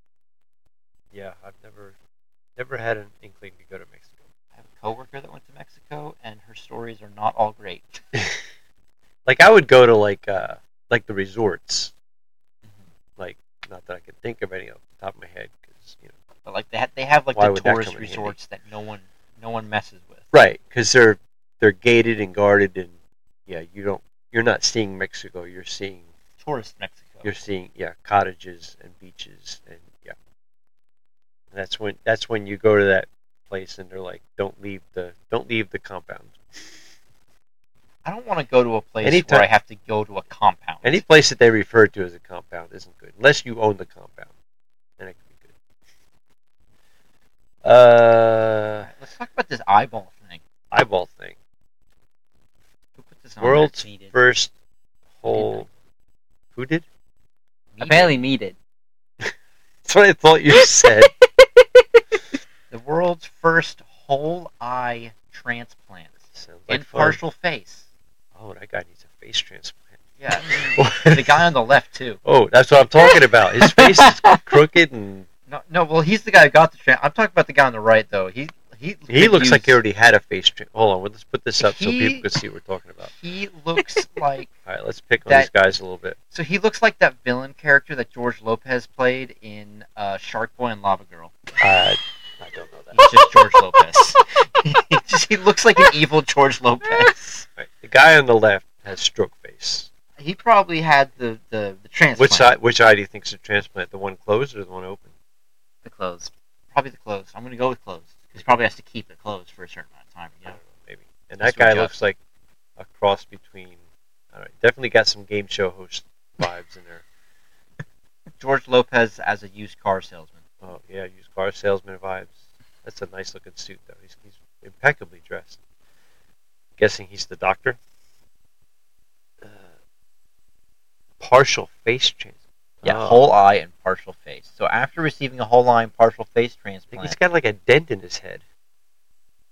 Speaker 1: Yeah, I've never never had an inkling to go to Mexico.
Speaker 2: I have a coworker that went to Mexico, and her stories are not all great.
Speaker 1: Like I would go to like uh like the resorts.
Speaker 2: Mhm.
Speaker 1: Not that I can think of any off the top of my head, because you know.
Speaker 2: But like they ha- they have like
Speaker 1: Why
Speaker 2: the
Speaker 1: would that
Speaker 2: tourist
Speaker 1: come in handy?
Speaker 2: resorts that no one no one messes with.
Speaker 1: Right, because they're they're gated and guarded, and yeah, you don't you're not seeing Mexico. You're seeing
Speaker 2: Tourist Mexico.
Speaker 1: you're seeing yeah cottages and beaches and yeah And that's when that's when you go to that place and they're like don't leave the don't leave the compound
Speaker 2: I don't want to go to a place
Speaker 1: Anytime-
Speaker 2: where I have to go to a compound.
Speaker 1: any place that they refer to as a compound isn't good unless you own the compound then it can be good uh
Speaker 2: Alright, Let's talk about this eyeball thing.
Speaker 1: eyeball thing
Speaker 2: Who put this on? there?
Speaker 1: world's
Speaker 2: Me did.
Speaker 1: first whole who did
Speaker 2: Me did.
Speaker 3: Apparently, me did.
Speaker 1: that's what i thought you said
Speaker 2: the world's first whole eye transplant
Speaker 1: Sounds
Speaker 2: in
Speaker 1: like fun.
Speaker 2: partial face.
Speaker 1: oh that guy needs a face transplant
Speaker 2: Yeah, the guy on the left too.
Speaker 1: oh that's what i'm talking about his face is crooked and
Speaker 2: No, no. Well, he's the guy who got the tran I'm talking about the guy on the right, though. He he.
Speaker 1: He
Speaker 2: could
Speaker 1: looks like he
Speaker 2: use-
Speaker 1: already had a face. Tra- Hold on, well, let's put this up so
Speaker 2: He-
Speaker 1: people can see what we're talking about.
Speaker 2: He looks like.
Speaker 1: All right, let's pick on
Speaker 2: That-
Speaker 1: these guys a little bit.
Speaker 2: So he looks like that villain character that George Lopez played in uh, Shark Boy and Lava Girl.
Speaker 1: I, Uh, I don't know that.
Speaker 2: He's just George Lopez. he, just, he looks like an evil George Lopez.
Speaker 1: All right, the guy on the left has stroke face.
Speaker 2: He probably had the the, the transplant.
Speaker 1: Which eye? Which eye do you think's a transplant? The one closed or the one open?
Speaker 3: The clothes.
Speaker 2: Probably the clothes. I'm gonna go with clothes. He probably has to keep it closed for a certain amount of time.
Speaker 1: I
Speaker 2: You know?
Speaker 1: don't know, maybe. And
Speaker 2: That's
Speaker 1: that guy
Speaker 2: what I got.
Speaker 1: looks like a cross between. All right, definitely got some game show host vibes in there.
Speaker 2: George Lopez as a used car salesman.
Speaker 1: Oh yeah, used car salesman vibes. That's a nice looking suit though. He's, he's impeccably dressed. Guessing he's the doctor. Uh, partial face transplant.
Speaker 2: Yeah,
Speaker 1: Oh.
Speaker 2: whole eye and partial face. So after receiving a whole eye and partial face
Speaker 1: I think
Speaker 2: transplant,
Speaker 1: he's got like a dent in his head.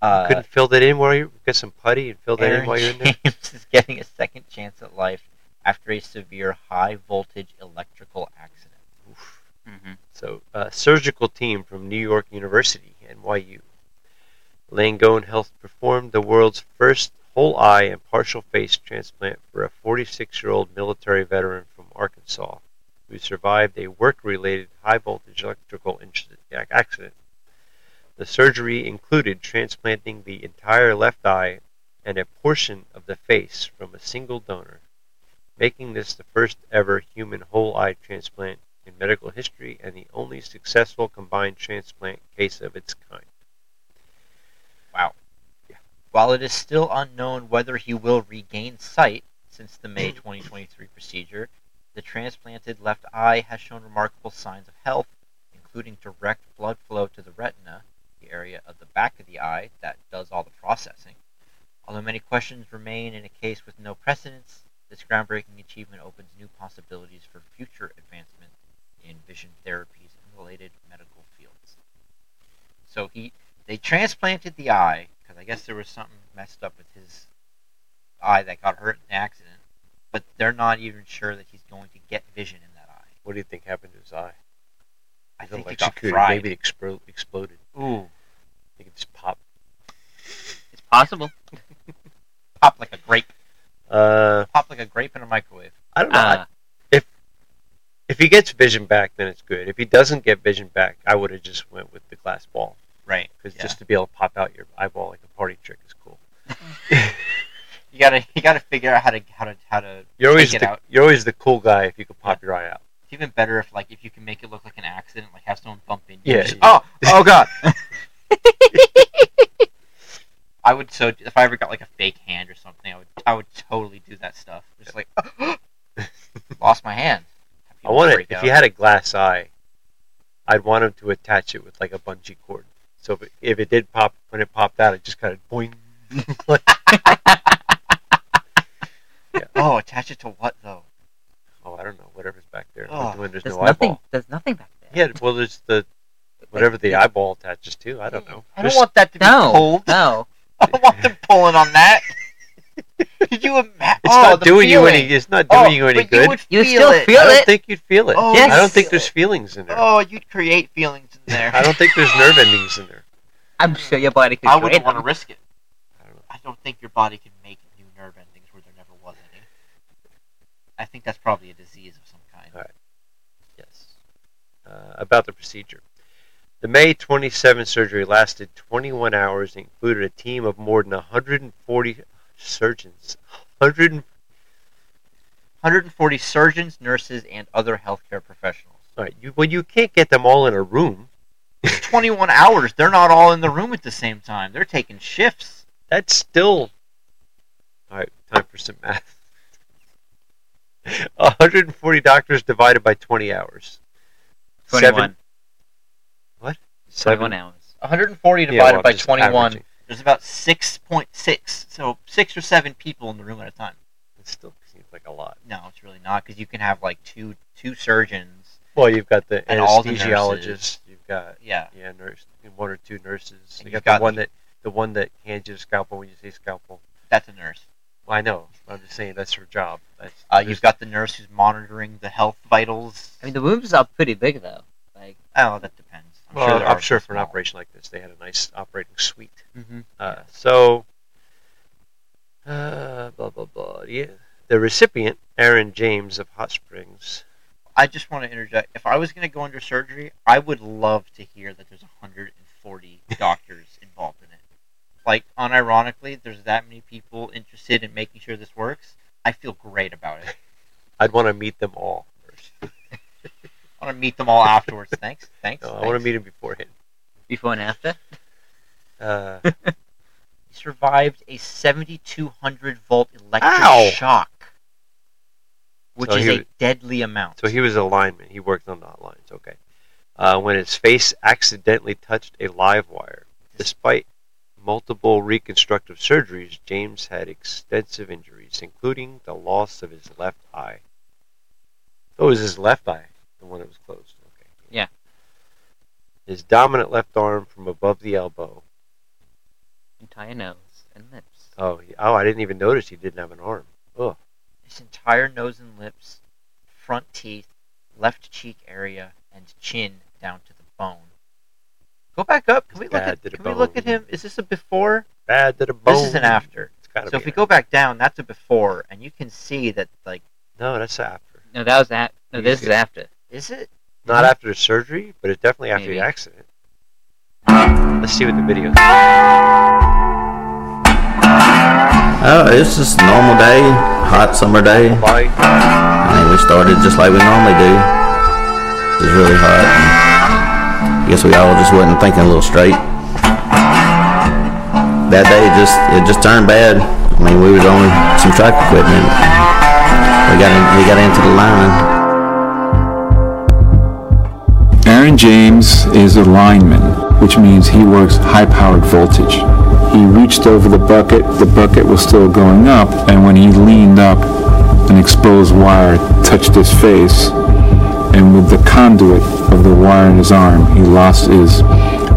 Speaker 2: uh,
Speaker 1: Couldn't fill that in while you get some putty and fill that in
Speaker 2: Aaron
Speaker 1: while you're in there.
Speaker 2: James is getting a second chance at life after a severe high voltage electrical accident.
Speaker 1: Oof.
Speaker 3: Mm-hmm.
Speaker 1: So, uh, surgical team from New York University, NYU. Langone Health performed the world's first whole eye and partial face transplant for a 46 year old military veteran from Arkansas who survived a work related high voltage electrical inci- ac- accident. The surgery included transplanting the entire left eye and a portion of the face from a single donor, making this the first ever human whole eye transplant in medical history and the only successful combined transplant case of its kind.
Speaker 2: While it is still unknown whether he will regain sight since the May 2023 procedure, the transplanted left eye has shown remarkable signs of health, including direct blood flow to the retina, the area of the back of the eye that does all the processing. Although many questions remain in a case with no precedents, this groundbreaking achievement opens new possibilities for future advancement in vision therapies and related medical fields. So he they transplanted the eye because I guess there was something messed up with his eye that got hurt in the accident. But they're not even sure that he's going to get vision in that eye.
Speaker 1: What do you think happened to his eye?
Speaker 2: I
Speaker 1: It
Speaker 2: think it got
Speaker 1: electrocuted,
Speaker 2: fried.
Speaker 1: Maybe it expro- exploded.
Speaker 2: Ooh,
Speaker 1: I think it just popped.
Speaker 3: It's possible.
Speaker 2: pop like a grape,
Speaker 1: Uh,
Speaker 2: pop like a grape in a microwave.
Speaker 1: I don't know. I-
Speaker 3: Uh,
Speaker 1: if he gets vision back, then it's good. If he doesn't get vision back, I would have just went with the glass ball
Speaker 2: Right,
Speaker 1: because
Speaker 2: yeah.
Speaker 1: just to be able to pop out your eyeball like a party trick is cool.
Speaker 2: you gotta you gotta figure out how to how to how to.
Speaker 1: You're always
Speaker 2: Take it
Speaker 1: the,
Speaker 2: out.
Speaker 1: you're always the cool guy if you can pop your eye out.
Speaker 2: It's even better if like if you can make it look like an accident, like have someone bump in.
Speaker 1: Yeah,
Speaker 2: Just,
Speaker 1: yeah.
Speaker 2: Oh, oh god. I would so if I ever got like a fake hand or something, I would I would totally do that stuff. Just like lost my hand. Have
Speaker 1: I
Speaker 2: people
Speaker 1: want it.
Speaker 2: freak
Speaker 1: If
Speaker 2: out.
Speaker 1: you had a glass eye, I'd want him to attach it with like a bungee cord. So if it, if it did pop, when it popped out, it just kind of boing.
Speaker 2: oh, attach it to what though?
Speaker 1: Oh, I don't know. Whatever's back there.
Speaker 2: Oh,
Speaker 1: when there's
Speaker 3: there's
Speaker 1: no
Speaker 3: nothing.
Speaker 1: eyeball.
Speaker 3: There's nothing back there.
Speaker 1: Yeah. Well, there's the whatever the eyeball attaches to. I don't know.
Speaker 2: I don't
Speaker 1: Just-
Speaker 2: want that to be
Speaker 3: No.
Speaker 2: cold.
Speaker 3: No.
Speaker 2: I don't want them pulling on that. Could you oh, imagine?
Speaker 1: It's not doing you any. It's not doing you any good.
Speaker 2: Oh, You would
Speaker 3: You
Speaker 2: feel
Speaker 3: still
Speaker 2: it.
Speaker 1: I
Speaker 3: feel
Speaker 1: don't
Speaker 3: it.
Speaker 1: think you'd feel it.
Speaker 2: Oh,
Speaker 3: Yes.
Speaker 1: I don't think
Speaker 2: feel
Speaker 1: there's
Speaker 2: it.
Speaker 1: feelings in there.
Speaker 2: Oh, you'd create feelings in there.
Speaker 1: I don't think there's nerve endings in there.
Speaker 3: I'm sure your body could.
Speaker 2: I wouldn't
Speaker 3: create
Speaker 2: want to
Speaker 3: them.
Speaker 2: risk it.
Speaker 1: I don't know.
Speaker 2: I don't think your body can make new nerve endings where there never was any. I think that's probably a disease of some kind.
Speaker 1: Yes. Uh, about the procedure. The May 27 surgery lasted 21 hours and included a team of more than 140 surgeons. 100. and-
Speaker 2: 140 surgeons, nurses, and other healthcare professionals.
Speaker 1: All right, you, well, you can't get them all in a room.
Speaker 2: 21 hours. They're not all in the room at the same time. They're taking shifts.
Speaker 1: That's still. All right, time for some math. 140 doctors divided by 20 hours.
Speaker 3: 21.
Speaker 1: Seven, What?
Speaker 3: 21 hours.
Speaker 2: 140
Speaker 1: Yeah, well,
Speaker 2: divided
Speaker 1: I'm
Speaker 2: by
Speaker 1: just
Speaker 2: 21.
Speaker 1: averaging.
Speaker 2: There's about 6.6. So six or seven people in the room at a time.
Speaker 1: It still seems like a lot.
Speaker 2: No, it's really not because you can have like two two surgeons.
Speaker 1: Well, you've got the
Speaker 2: And all the
Speaker 1: anesthesiologist.
Speaker 2: nurses.
Speaker 1: You've got
Speaker 2: Yeah.
Speaker 1: yeah, nurse, one or two nurses.
Speaker 2: And
Speaker 1: You got,
Speaker 2: you've got
Speaker 1: the one
Speaker 2: the-
Speaker 1: that the one that hands you a scalpel when you say scalpel.
Speaker 2: That's a nurse.
Speaker 1: Well, I know. I'm just saying that's her job. That's
Speaker 3: Uh,
Speaker 2: Uh, you've got the nurse who's monitoring the health vitals.
Speaker 3: I mean, the wounds are pretty big though. Like Oh, that depends.
Speaker 1: well,
Speaker 3: there
Speaker 1: I'm
Speaker 3: are
Speaker 1: sure
Speaker 3: some
Speaker 1: for an
Speaker 3: small-
Speaker 1: operation like this, they had a nice operating suite.
Speaker 2: Mm-hmm.
Speaker 3: Mhm.
Speaker 1: Uh, So, uh, blah blah blah. Yeah, the recipient, Aaron James of Hot Springs.
Speaker 3: I just want to interject. If I was going to go under surgery, I would love to hear that there's 140 doctors involved in it. Like, unironically, there's that many people interested in making sure this works. I feel great about it.
Speaker 1: I'd want to meet them all first.
Speaker 3: I want to meet them all afterwards. Thanks. Thanks.
Speaker 1: No, I
Speaker 3: thanks.
Speaker 1: want to meet him beforehand.
Speaker 3: before and after.
Speaker 1: Uh,
Speaker 2: He survived a 7,200 volt electric
Speaker 1: Ow!
Speaker 2: shock, which
Speaker 1: So
Speaker 2: is
Speaker 1: he
Speaker 2: a
Speaker 1: was-
Speaker 2: deadly amount.
Speaker 1: So he was a lineman. He worked on the lines. Okay. Uh, when his face accidentally touched a live wire, despite multiple reconstructive surgeries, James had extensive injuries, including the loss of his left eye. Oh, it was his left eye, the one that was closed. Okay.
Speaker 3: Yeah.
Speaker 1: His dominant left arm from above the elbow.
Speaker 3: Entire nose and lips.
Speaker 1: Oh, he, oh, I didn't even notice he didn't have an arm. Oh,
Speaker 2: His entire nose and lips, front teeth, left cheek area, and chin down to the bone. Go back up. Can we look
Speaker 1: Bad
Speaker 2: at?
Speaker 1: to the
Speaker 2: Can we look at
Speaker 1: bone.
Speaker 2: him? Is this a before?
Speaker 1: bad to the bone.
Speaker 2: This is an after.
Speaker 1: It's gotta
Speaker 2: So
Speaker 1: be
Speaker 2: if we
Speaker 1: an
Speaker 2: go back down, that's a before, and you can see that. Like,
Speaker 1: after. No, that's an after.
Speaker 3: No, that was that. No,
Speaker 1: You
Speaker 3: this
Speaker 1: see
Speaker 3: is after.
Speaker 2: is it?
Speaker 1: Not
Speaker 2: Hmm?
Speaker 1: after the surgery, but it's definitely after
Speaker 3: Maybe.
Speaker 1: the accident. Let's see what the video.
Speaker 4: Oh, it's just a normal day, hot summer day.
Speaker 1: Bye.
Speaker 4: I mean, we started just like we normally do. It was really hot. I guess we all just wasn't thinking a little straight. That day, it just it just turned bad. I mean, we was on some track equipment. We got in, we got into the line.
Speaker 5: Aaron James is a lineman, which means he works high-powered voltage. He reached over the bucket, the bucket was still going up, and when he leaned up, an exposed wire touched his face, and with the conduit of the wire in his arm, he lost his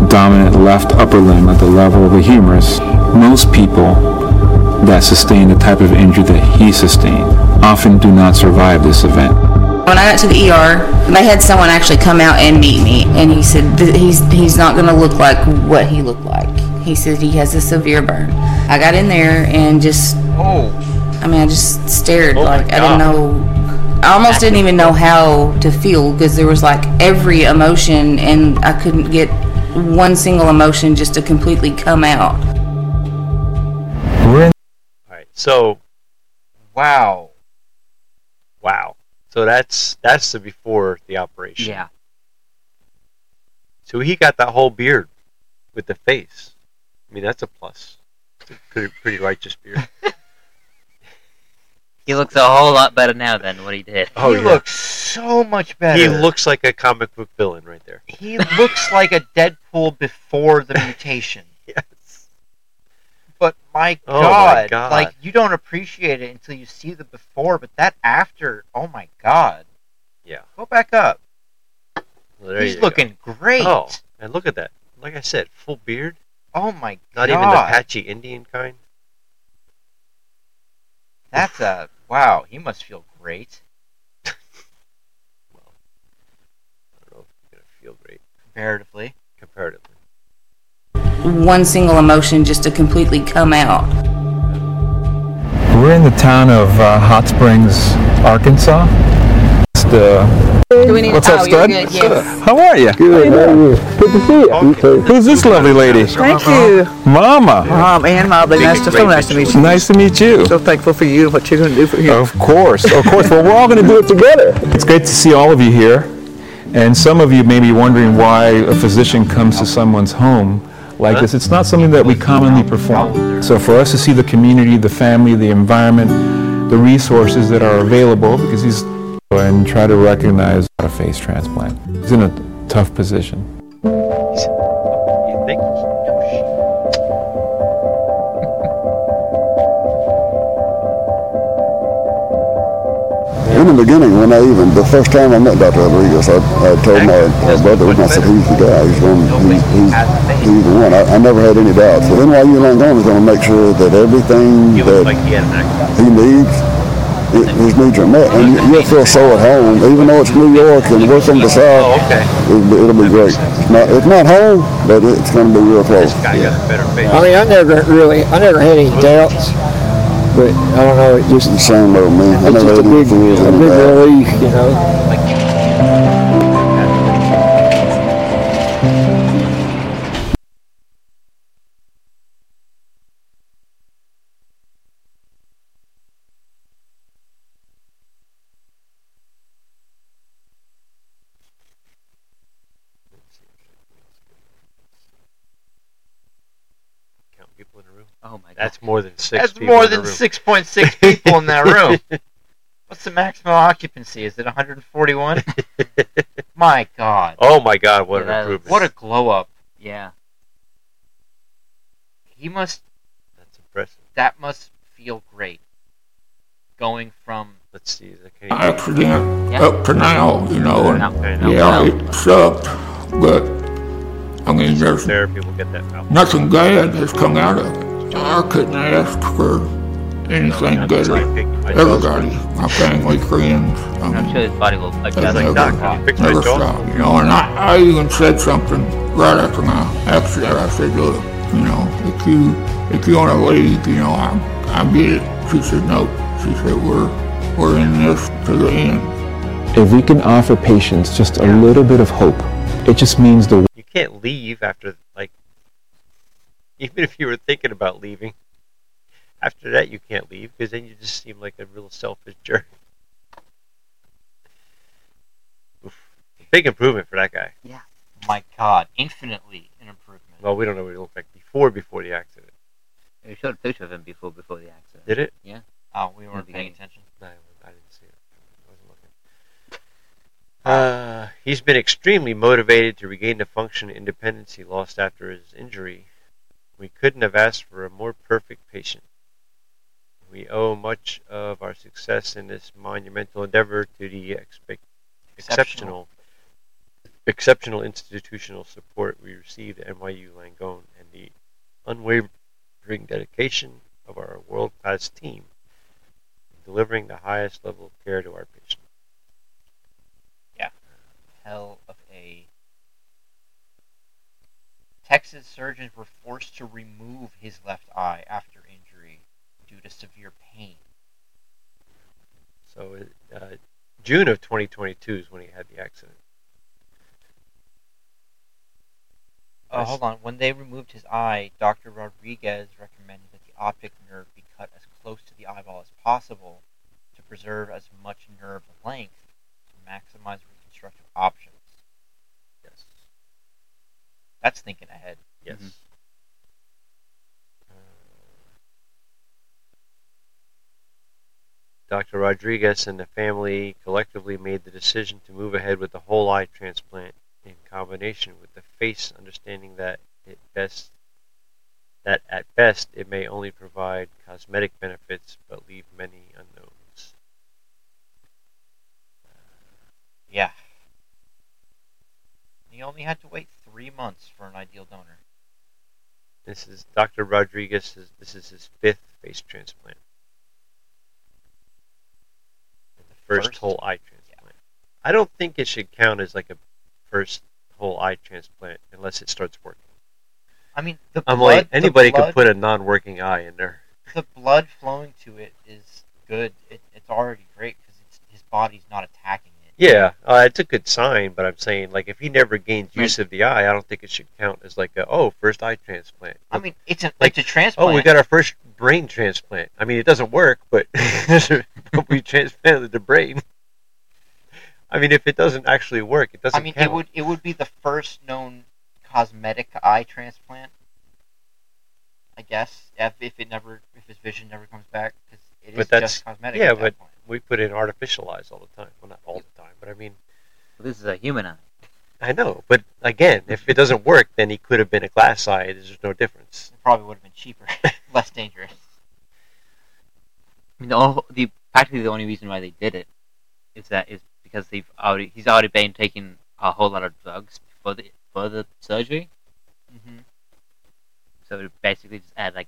Speaker 5: dominant left upper limb at the level of the humerus. Most people that sustain the type of injury that he sustained often do not survive this event.
Speaker 6: When I went to the ER, they had someone actually come out and meet me, and he said "Th- he's he's not going to look like what he looked like. He said he has a severe burn. I got in there and just
Speaker 2: Oh,
Speaker 6: I mean I just stared
Speaker 1: Oh my
Speaker 6: like I
Speaker 1: God.
Speaker 6: didn't know. I almost didn't even know how to feel because there was like every emotion, and I couldn't get one single emotion just to completely come out.
Speaker 1: All right. So
Speaker 2: wow.
Speaker 1: wow. So that's that's the before the operation.
Speaker 3: Yeah.
Speaker 1: So he got that whole beard with the face. I mean, that's a plus. It's a pretty, pretty righteous beard.
Speaker 3: He looks a whole lot better now than what he did.
Speaker 1: Oh
Speaker 2: he looks so much better.
Speaker 1: He looks like a comic book villain right there.
Speaker 2: He looks like a Deadpool before the mutation.
Speaker 1: Yes.
Speaker 2: But my
Speaker 1: Oh my
Speaker 2: god,
Speaker 1: God.
Speaker 2: like you don't appreciate it until you see the before, but that after, oh my god.
Speaker 1: Yeah.
Speaker 2: Go back up.
Speaker 1: Well, there
Speaker 2: He's
Speaker 1: you go.
Speaker 2: looking great.
Speaker 1: Oh, and look at that. Like I said, full beard.
Speaker 2: Oh my
Speaker 1: Not
Speaker 2: god.
Speaker 1: even the patchy Indian kind.
Speaker 2: That's a wow, he must feel great
Speaker 1: I don't know if it's gonna feel great
Speaker 2: comparatively.
Speaker 1: comparatively.
Speaker 6: One single emotion just to completely come out.
Speaker 5: We're in the town of uh, Hot Springs, Arkansas. It's the,
Speaker 6: Do we need?
Speaker 5: What's up,
Speaker 6: oh, you're
Speaker 5: Stud?
Speaker 6: good. Yes.
Speaker 5: how are you? Good, Good to see you. Who's this lovely lady?
Speaker 7: Thank you,
Speaker 5: Mama.
Speaker 7: Mom and Mobley. Nice to, so nice to meet you.
Speaker 5: Nice to meet you.
Speaker 7: So thankful for you and what you're going to do for him.
Speaker 5: Of course, of course. Well, we're all going to do it together. It's great to see all of you here. And some of you may be wondering why a physician comes to someone's home like this. It's not something that we commonly perform. So for us to see the community, the family, the environment, the resources that are available, because he's and try to recognize a face transplant. He's in a tough position.
Speaker 1: You think?
Speaker 8: In the beginning, when I even, the first time I met Dr. Rodriguez, I, I told my, my brother, I said, he's the guy, he's going, he's, he's, he's the one. I, I never had any doubts. So NYU Langone is going to make sure that everything
Speaker 1: He looked
Speaker 8: that
Speaker 1: like he had an accident.
Speaker 8: he needs it, there's needs are met, and you, you'll feel so at home, even though it's New York and we're from the south.
Speaker 3: Oh, okay.
Speaker 8: It'll be, it'll be great. It's not, it's not home, but it's going to be real close.
Speaker 1: This guy got a better face.
Speaker 9: Oh,
Speaker 10: I mean, I never really, I never had any doubts, but I don't know, it just,
Speaker 8: It's the same little me. I
Speaker 10: it's just
Speaker 8: never
Speaker 10: a
Speaker 8: had any
Speaker 10: big,
Speaker 8: fears
Speaker 10: a
Speaker 8: in
Speaker 10: big
Speaker 8: that.
Speaker 10: relief, you know.
Speaker 1: Count people in a room.
Speaker 2: Oh my god.
Speaker 1: That's more than six.
Speaker 3: That's
Speaker 1: people
Speaker 3: more
Speaker 1: in a
Speaker 3: than
Speaker 1: room.
Speaker 3: 6.6 people in that room. What's the maximum occupancy? Is it 141?
Speaker 2: My god.
Speaker 1: Oh my God! What
Speaker 3: Yeah,
Speaker 1: an improvement.
Speaker 2: What a glow up.
Speaker 3: yeah.
Speaker 2: He must
Speaker 1: That's impressive.
Speaker 2: that must feel great. Going from
Speaker 1: Let's see. Is that
Speaker 9: I
Speaker 1: Canadian?
Speaker 9: accident up to now, you know, and yeah, it sucked, but I mean, there's
Speaker 1: Therapy will get that out.
Speaker 9: nothing bad has come out of it. I couldn't ask for anything better. Everybody, my family, friends, I
Speaker 3: I'm
Speaker 9: mean,
Speaker 3: sure his body will
Speaker 9: I've
Speaker 3: adjust.
Speaker 1: like,
Speaker 9: never,
Speaker 1: Doc, can you fix my
Speaker 9: never
Speaker 1: jaw?
Speaker 9: stopped, you know, and I, I even said something right after my accident. I said, look, you know, if you, if you want to leave, you know, I, I get it. She said, no. She said, we're, we're in this to the end.
Speaker 5: If we can offer patients just a little bit of hope, it just means the
Speaker 1: You can't leave after like. Even if you were thinking about leaving, after that you can't leave because then you just seem like a real selfish jerk. Oof. Big improvement for that guy.
Speaker 2: my god, infinitely an improvement.
Speaker 1: Well, we don't know what he looked like before before the accident.
Speaker 3: We showed a picture of him before before the accident.
Speaker 1: Did it?
Speaker 2: Oh, we
Speaker 3: In the
Speaker 2: weren't paying
Speaker 3: beginning.
Speaker 2: attention.
Speaker 1: No, I didn't see it. I wasn't looking. Uh, he's been extremely motivated to regain the function and independence he lost after his injury. We couldn't have asked for a more perfect patient. We owe much of our success in this monumental endeavor to the expect exceptional exceptional institutional support we received at NYU Langone and the unwavering dedication of our world-class team delivering the highest level of care to our patient.
Speaker 2: Hell of a Texas surgeons were forced to remove his left eye after injury due to severe pain.
Speaker 1: So, uh, June of 2022 is when he had the accident.
Speaker 2: Oh,
Speaker 1: Nice.
Speaker 2: hold on. When they removed his eye, Dr. Rodriguez recommended that the optic nerve be cut as close to the eyeball as possible to preserve as much nerve length to maximize reconstructive options.
Speaker 1: Yes.
Speaker 2: That's thinking ahead.
Speaker 1: Yes. Uh, Dr. Rodriguez and the family collectively made the decision to move ahead with the whole eye transplant in combination with the face, understanding that it best that at best it may only provide cosmetic benefits but leave many unknowns.
Speaker 2: Yeah. He only had to wait three months for an ideal donor.
Speaker 1: This is Dr. Rodriguez. This is his fifth face transplant. And the first,
Speaker 2: First?
Speaker 1: whole eye transplant. I don't think it should count as like a first whole eye transplant unless it starts working.
Speaker 2: I mean, the
Speaker 1: I'm
Speaker 2: blood,
Speaker 1: like anybody
Speaker 2: the blood,
Speaker 1: could put a non-working eye in there.
Speaker 2: the blood flowing to it is good. It, it's already great because his body's not attacking it.
Speaker 1: Yeah, uh, it's a good sign, but I'm saying like if he never gains use of the eye, I don't think it should count as like a oh first eye transplant.
Speaker 2: I mean, it's an
Speaker 1: Like,
Speaker 2: it's a transplant.
Speaker 1: oh we got our first brain transplant. I mean it doesn't work, but but we transplanted the brain. I mean if it doesn't actually work, it doesn't
Speaker 2: I mean,
Speaker 1: count.
Speaker 2: it would it would be the first known cosmetic eye transplant, I guess, if, if it never if his vision never comes back because it is
Speaker 1: But that's-
Speaker 2: just cosmetic.
Speaker 1: yeah,
Speaker 2: at that
Speaker 1: but-
Speaker 2: point.
Speaker 1: we put in artificial eyes all the time. Well not all the time, but I mean
Speaker 3: This is a human eye.
Speaker 1: I know, but again, if it doesn't work then he could have been a glass eye, there's just no difference.
Speaker 2: it probably would have been cheaper, less dangerous.
Speaker 3: I mean, the, all, the practically the only reason why they did it is that is because they've already he's already been taking a whole lot of drugs for the for the surgery,
Speaker 2: Mm-hmm.
Speaker 3: so it basically just add like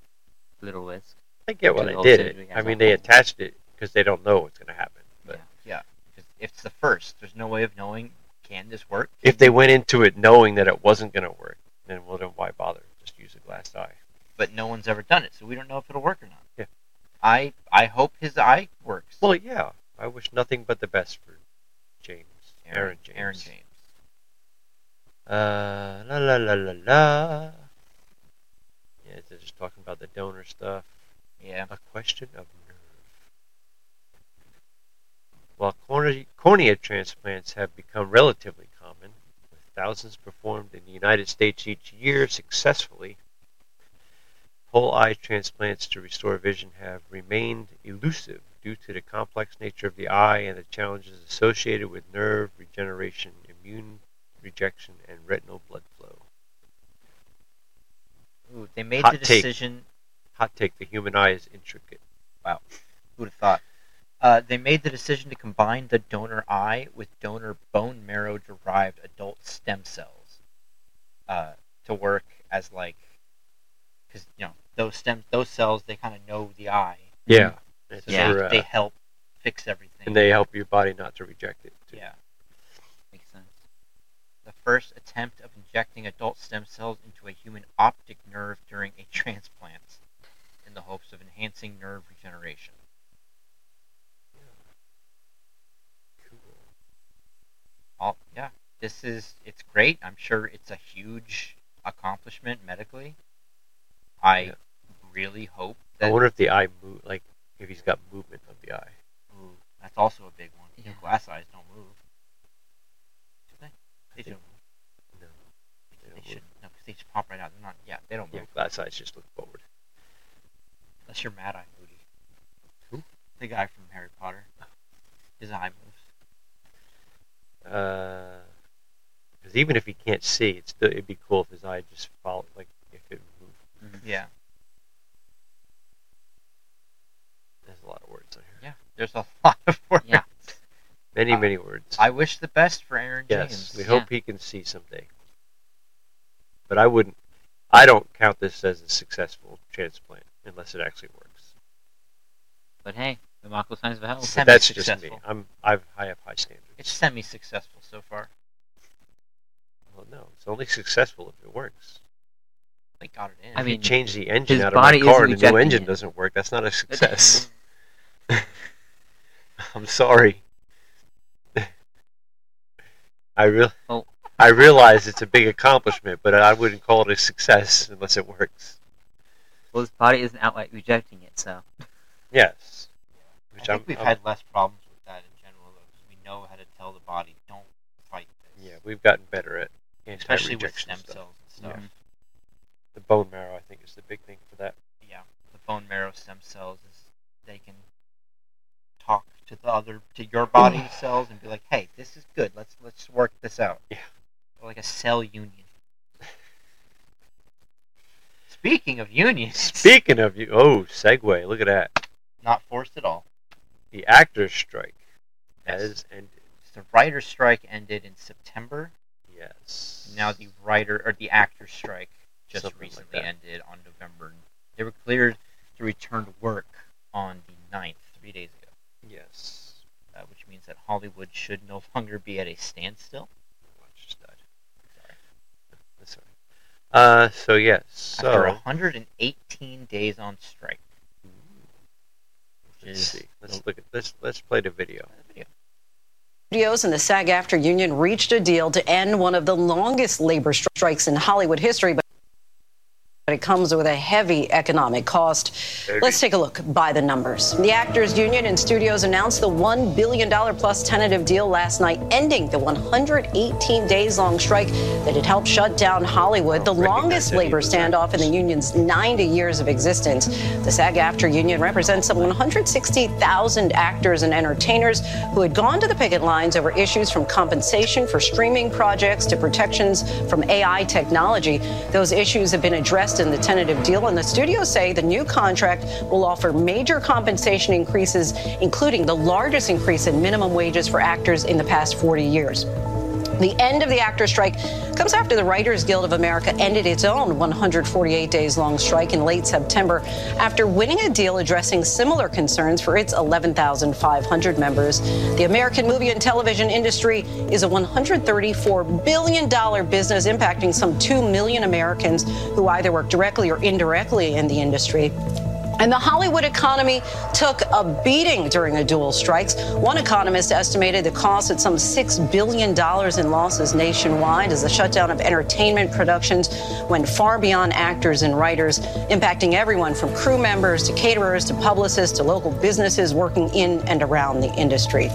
Speaker 3: little risk.
Speaker 1: I get why
Speaker 3: Which is
Speaker 1: they
Speaker 3: all
Speaker 1: did
Speaker 3: surgery
Speaker 1: it.
Speaker 3: has
Speaker 1: I
Speaker 3: a
Speaker 1: mean they
Speaker 3: whole-
Speaker 1: attached it because they don't know what's going to happen. But
Speaker 2: Yeah, because it's the first. There's no way of knowing can this work.
Speaker 1: if they went into it knowing that it wasn't going to work, then well, then why bother? Just use a glass eye.
Speaker 2: But no one's ever done it, so we don't know if it'll work or not.
Speaker 1: Yeah.
Speaker 2: I I hope his eye works.
Speaker 1: Well, yeah, I wish nothing but the best for James, Aaron, James.
Speaker 2: Aaron James.
Speaker 1: Uh, la la la la la. Yeah, they're just talking about the donor stuff.
Speaker 2: Yeah.
Speaker 1: A question of nerve. While corne- cornea transplants have become relatively common, with thousands performed in the United States each year successfully, whole eye transplants to restore vision have remained elusive due to the complex nature of the eye and the challenges associated with nerve regeneration, immune rejection, and retinal blood flow.
Speaker 2: Ooh, they made
Speaker 1: Hot
Speaker 2: the
Speaker 1: take.
Speaker 2: decision.
Speaker 1: Hot take the human eye is intricate.
Speaker 2: Who'd have thought? Uh, they made the decision to combine the donor eye with donor bone marrow derived adult stem cells uh, to work as like because you know those stem those cells they kind of know the eye
Speaker 1: Yeah. It's for,
Speaker 2: so they,
Speaker 1: uh,
Speaker 2: they help fix everything
Speaker 1: and they help your body not to reject it. too.
Speaker 2: yeah makes sense the first attempt of injecting adult stem cells into a human optic nerve during a transplant in the hopes of enhancing nerve regeneration all yeah this is it's great i'm sure it's a huge accomplishment medically i
Speaker 1: Yeah.
Speaker 2: really hope
Speaker 1: I
Speaker 2: that
Speaker 1: wonder if the eye move, like if he's got movement of the eye.
Speaker 2: Ooh, that's also a big one
Speaker 6: Yeah.
Speaker 2: glass eyes don't move do they they do
Speaker 1: think- No, they
Speaker 2: they
Speaker 1: don't
Speaker 2: should
Speaker 1: move.
Speaker 2: no because they just pop right out they're not yeah they don't
Speaker 1: Yeah,
Speaker 2: move
Speaker 1: glass eyes just look forward.
Speaker 2: unless you're mad eye moody
Speaker 1: Who?
Speaker 2: the guy from harry potter his eye moves
Speaker 1: Because Uh, even if he can't see, it's still, it'd be cool if his eye just followed, like if it moved.
Speaker 2: yeah
Speaker 1: There's a lot of words on here.
Speaker 2: yeah there's a lot of work
Speaker 6: Yeah.
Speaker 1: Many,
Speaker 2: Uh,
Speaker 1: many words.
Speaker 2: i wish the best for aaron
Speaker 1: yes, we
Speaker 2: james
Speaker 1: hope he can see someday. But I wouldn't. I don't count this as a successful transplant unless it actually works.
Speaker 2: but hey
Speaker 3: The Mako signs of hell.
Speaker 1: But that's just me.
Speaker 2: Semi-successful.
Speaker 1: I'm. I've. I have high standards.
Speaker 2: it's semi-successful so far
Speaker 1: well, no, it's only successful if it works.
Speaker 2: they got it in
Speaker 3: I
Speaker 1: If you
Speaker 3: mean,
Speaker 1: change the engine
Speaker 3: his
Speaker 1: out of my
Speaker 3: body isn't
Speaker 1: car and the new
Speaker 3: rejecting
Speaker 1: engine
Speaker 3: it.
Speaker 1: doesn't work, that's not a success. I'm sorry. I real
Speaker 2: Oh.
Speaker 3: Well-
Speaker 1: I realize it's a big accomplishment, but I wouldn't call it a success unless it works.
Speaker 3: Well, his body isn't outright rejecting it, so.
Speaker 1: Yes.
Speaker 2: I
Speaker 1: Which
Speaker 2: think
Speaker 1: I'm-
Speaker 2: we've
Speaker 1: I'm-
Speaker 2: had less problems with that in general, though, because we know how to tell the body, don't fight this.
Speaker 1: yeah, we've gotten better at
Speaker 2: especially with
Speaker 1: anti-rejection
Speaker 2: stem
Speaker 1: stuff.
Speaker 2: cells and stuff.
Speaker 1: The bone marrow, I think, is the big thing for that.
Speaker 2: Yeah. the bone marrow stem cells is they can talk to the other to your body cells and be like, hey, this is good. Let's let's work this out.
Speaker 1: Yeah.
Speaker 2: Or like a cell union. Speaking of unions,
Speaker 1: Speaking of you, oh, segue! Look at that.
Speaker 2: not forced at all.
Speaker 1: The actors' strike
Speaker 2: Yes.
Speaker 1: has ended.
Speaker 2: The writer's strike ended in September.
Speaker 1: Yes.
Speaker 2: Now the writer or the actor strike just
Speaker 1: Something like
Speaker 2: recently
Speaker 1: that.
Speaker 2: ended on November. They were cleared to return to work on the 9th, three days ago,
Speaker 1: yes.
Speaker 2: uh, which means that Hollywood should no longer be at a standstill.
Speaker 1: Watch just died. That's all right. Uh, so yes, so
Speaker 2: After 118 days on strike. Which
Speaker 1: let's
Speaker 2: is
Speaker 1: see. Let's look at let's let's play the video.
Speaker 11: Studios and the SAG after union reached a deal to end one of the longest labor strikes in Hollywood history, but it comes with a heavy economic cost. Let's take a look by the numbers. The Actors Union and studios announced the $1 billion plus tentative deal last night, ending the 118 days long strike that had helped shut down Hollywood, the
Speaker 1: recognize
Speaker 11: longest
Speaker 1: any of
Speaker 11: labor
Speaker 1: those
Speaker 11: standoff in the union's 90 years of existence. The SAG after union represents some 160,000 actors and entertainers who had gone to the picket lines over issues from compensation for streaming projects to protections from AI technology. Those issues have been addressed in the tentative deal, and the studios say the new contract will offer major compensation increases, including the largest increase in minimum wages for actors in the past 40 years. The end of the actor strike comes after the Writers Guild of America ended its own 148 days long strike in late September after winning a deal addressing similar concerns for its 11,500 members. The American movie and television industry is a $134 billion business impacting some 2 million Americans who either work directly or indirectly in the industry. And the Hollywood economy took a beating during the dual strikes. One economist estimated the cost at some $6 billion in losses nationwide as the shutdown of entertainment productions went far beyond actors and writers, impacting everyone from crew members to caterers to publicists to local businesses working in and around the industry.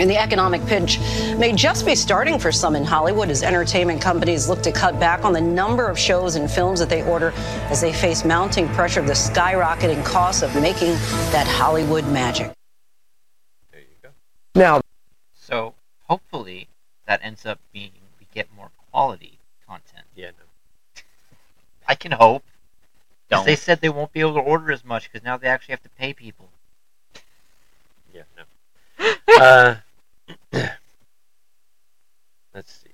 Speaker 11: And the economic pinch may just be starting for some in Hollywood as entertainment companies look to cut back on the number of shows and films that they order as they face mounting pressure of the skyrocketing costs of making that Hollywood magic.
Speaker 12: Now,
Speaker 2: So hopefully that ends up being we get more quality content.
Speaker 1: Yeah.
Speaker 2: I can hope. 'Cause
Speaker 3: Don't.
Speaker 2: They said they won't be able to order as much because now they actually have to pay people.
Speaker 1: Yeah, no. uh, let's see.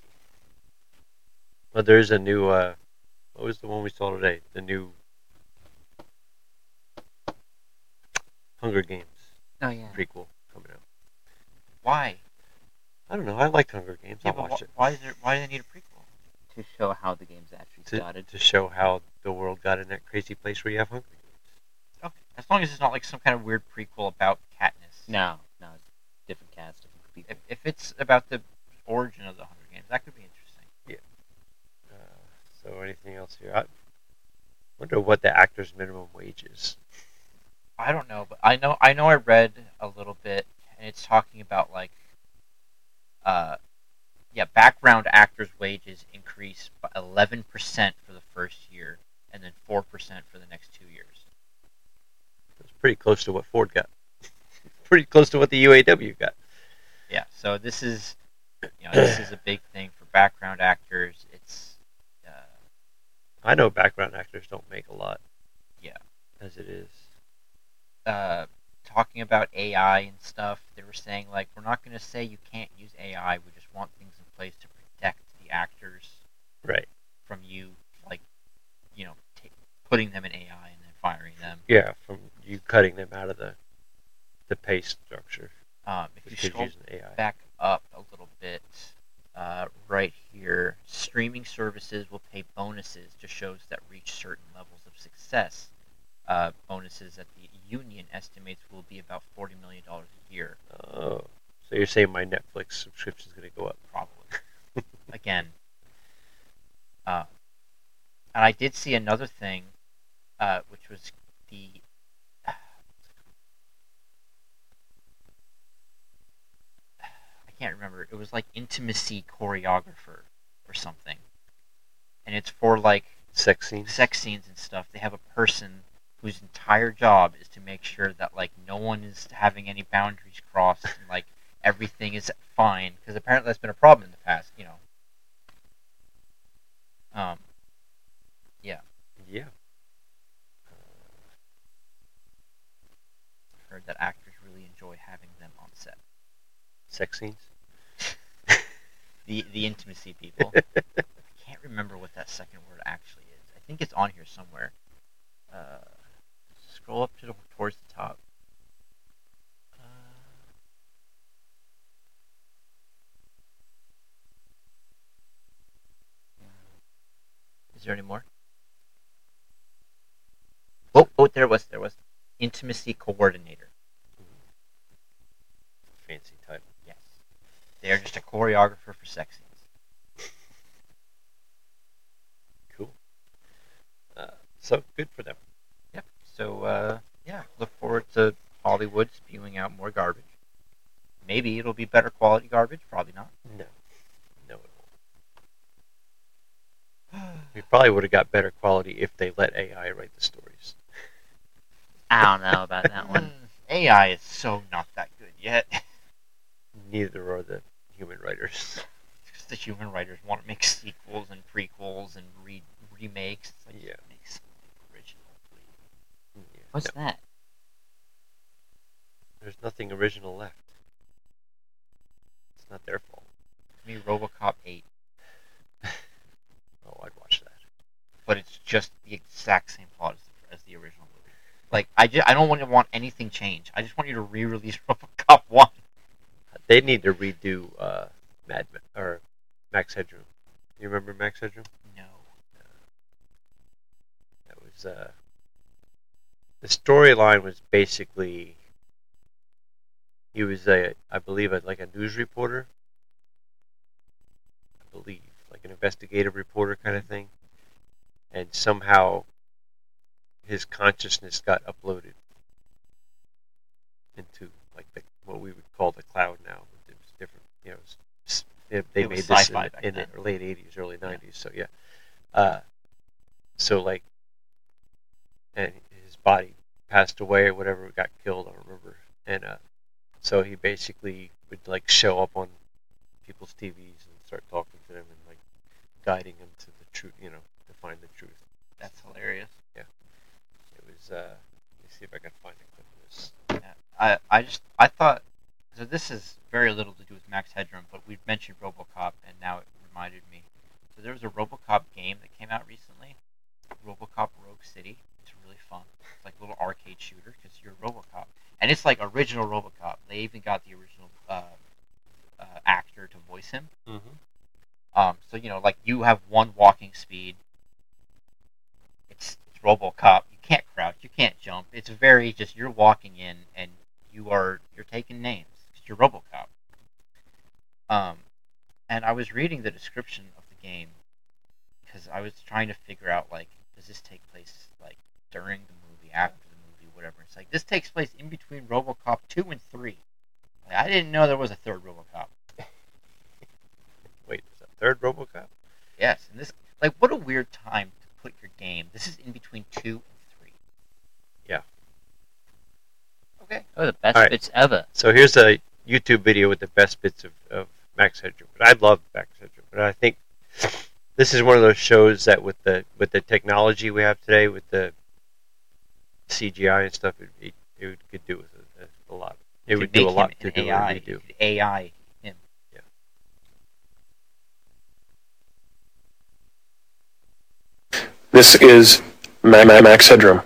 Speaker 1: Well, there's a new. Uh, what was the one we saw today? The new Hunger Games
Speaker 3: Oh, yeah.
Speaker 1: prequel coming out.
Speaker 2: Why?
Speaker 1: I don't know. I liked Hunger Games. I watched it
Speaker 2: Why is there? Why do they need a prequel?
Speaker 3: to show how the game's actually
Speaker 1: to,
Speaker 3: started.
Speaker 1: to show how the world got in that crazy place where you have hunger.
Speaker 2: Okay. As long as it's not like some kind of weird prequel about Katniss.
Speaker 3: No, no, it's different cast, different people.
Speaker 2: If, if it's about the origin of the Hunger Games, that could be interesting.
Speaker 1: Uh, so anything else here? I wonder what the actor's minimum wage is.
Speaker 2: I don't know, but I know I know I read a little bit, and it's talking about like, uh, yeah, background actors' wages increase by eleven percent for the first year, and then four percent for the next two years.
Speaker 1: It's pretty close to what Ford got. pretty close to what the UAW got.
Speaker 2: Yeah, so this is, you know, this is a big thing for background actors. It's, uh,
Speaker 1: I know background actors don't make a lot.
Speaker 2: Yeah.
Speaker 1: As it is.
Speaker 2: uh, talking about AI and stuff, they were saying like we're not going to say you can't use AI. We just want things in place to protect the actors
Speaker 1: Right.
Speaker 2: from you, like you know, ta putting them in AI and then firing them.
Speaker 1: Yeah, from you cutting them out of the the pay structure
Speaker 2: Um, if you
Speaker 1: because
Speaker 2: scroll
Speaker 1: using AI.
Speaker 2: back up a little bit, uh, right here, streaming services will pay bonuses to shows that reach certain levels of success. Uh, bonuses that the union estimates will be about forty million dollars a year.
Speaker 1: Oh. So you're saying my Netflix subscription's gonna go up.
Speaker 2: probably. Again. Uh, and I did see another thing, uh, which was the. I can't remember. It was like intimacy choreographer or something. And it's for like
Speaker 1: Sex scenes.
Speaker 2: sex scenes and stuff. They have a person whose entire job is to make sure that like no one is having any boundaries crossed and like everything is fine because apparently that's been a problem in the past, you know. Um,
Speaker 1: Yeah.
Speaker 2: I've heard that actors really enjoy having them on set.
Speaker 1: Sex scenes.
Speaker 2: The the intimacy people. I can't remember what that second word actually is. I think it's on here somewhere. Uh, scroll up to the, towards the top. Uh, Is there any more? Oh, oh, there was, there was. Intimacy coordinator.
Speaker 1: Fancy title.
Speaker 2: Yes. They are just a choreographer for sex scenes.
Speaker 1: Cool. Uh, so good for them.
Speaker 2: Yep. So, uh, yeah, look forward to Hollywood spewing out more garbage. Maybe it'll be better quality garbage. Probably not.
Speaker 1: No. No, it won't. We probably would have got better quality if they let AI write the stories.
Speaker 3: I don't know about that one.
Speaker 2: AI Hmm, is so not that good yet.
Speaker 1: Neither are the human writers.
Speaker 2: Because the human writers want to make sequels and prequels and re- remakes. It's like,
Speaker 1: Yeah.
Speaker 2: Make something original, please.
Speaker 1: Yeah.
Speaker 3: What's
Speaker 1: No,
Speaker 3: that?
Speaker 1: there's nothing original left. It's not their fault.
Speaker 2: me RoboCop 8,
Speaker 1: Oh, I'd watch that.
Speaker 2: but it's just the exact same plot as the, as the original movie. Like I just, I don't want to want anything changed. I just want you to re-release RoboCop 1.
Speaker 1: They need to redo uh, Mad Men, or Max Headroom. You remember Max Headroom?
Speaker 2: No.
Speaker 1: That was uh, the storyline was basically he was a I believe a, like a news reporter. I believe like an investigative reporter kind of thing, and somehow his consciousness got uploaded into like the, what we would call the cloud now. It was different, you know. It was, s- they they
Speaker 2: It was
Speaker 1: made this in,
Speaker 2: sci-fi back
Speaker 1: in the
Speaker 2: then.
Speaker 1: late '80s, early '90s. So yeah, uh, so like, and his body passed away or whatever, got killed. I don't remember. And uh, so he basically would like show up on people's TVs and start talking to them and like guiding them to the truth, you know, to find the truth.
Speaker 2: That's hilarious.
Speaker 1: Yeah. It was. Uh, let me see if I can find a clip of this.
Speaker 2: I, I just I thought so. This is very little to do with Max Headroom, but we've mentioned RoboCop, and now it reminded me. So there was a RoboCop game that came out recently, RoboCop Rogue City. It's really fun. It's like a little arcade shooter because you're RoboCop, and it's like original RoboCop. They even got the original uh, uh, actor to voice him.
Speaker 1: Mm-hmm.
Speaker 2: Um, so you know, like you have one walking speed. It's, it's RoboCop. You can't crouch. You can't jump. It's very just you're walking in and you are you're taking names. 'cause You're RoboCop. Um, and I was reading the description of the game because I was trying to figure out like does this take place like during the movie, after the movie, whatever. It's like this takes place in between RoboCop two and three. Like, I didn't know there was a third RoboCop.
Speaker 1: Wait, is that third RoboCop?
Speaker 2: Yes, and this like what a weird time to put your game. This is in between two and three.
Speaker 1: Yeah.
Speaker 2: Okay.
Speaker 3: Oh, the best
Speaker 1: All right.
Speaker 3: bits ever.
Speaker 1: So here's a YouTube video with the best bits of, of Max Headroom. But I love Max Headroom, but I think this is one of those shows that with the with the technology we have today, with the CGI and stuff, it, it, it would- could do with a, a lot. It
Speaker 2: Could
Speaker 1: would do
Speaker 2: make
Speaker 1: a
Speaker 2: him
Speaker 1: lot to
Speaker 2: an
Speaker 1: do
Speaker 2: AI.
Speaker 1: a redo.
Speaker 2: Could AI him.
Speaker 1: Yeah.
Speaker 11: This is Ma- Ma- Max Headroom,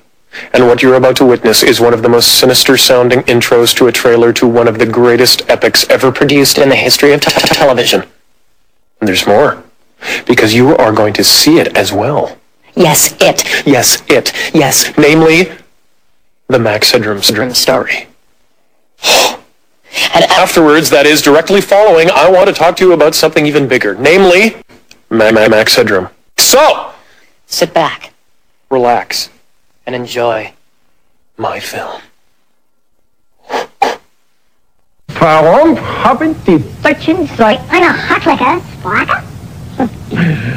Speaker 11: and what you're about to witness is one of the most sinister sounding intros to a trailer to one of the greatest epics ever produced in the history of t- t- television. And there's more, because you are going to see it as well. Yes, it. Yes, it. Yes, namely, the Max Headroom Syndrome story. and uh, afterwards, that is directly following, I want to talk to you about something even bigger, namely, Ma- Ma- Max Headroom. So! Sit back, relax, and enjoy my film.
Speaker 13: Warum haben die Deutschen so eine hartliche Sprache?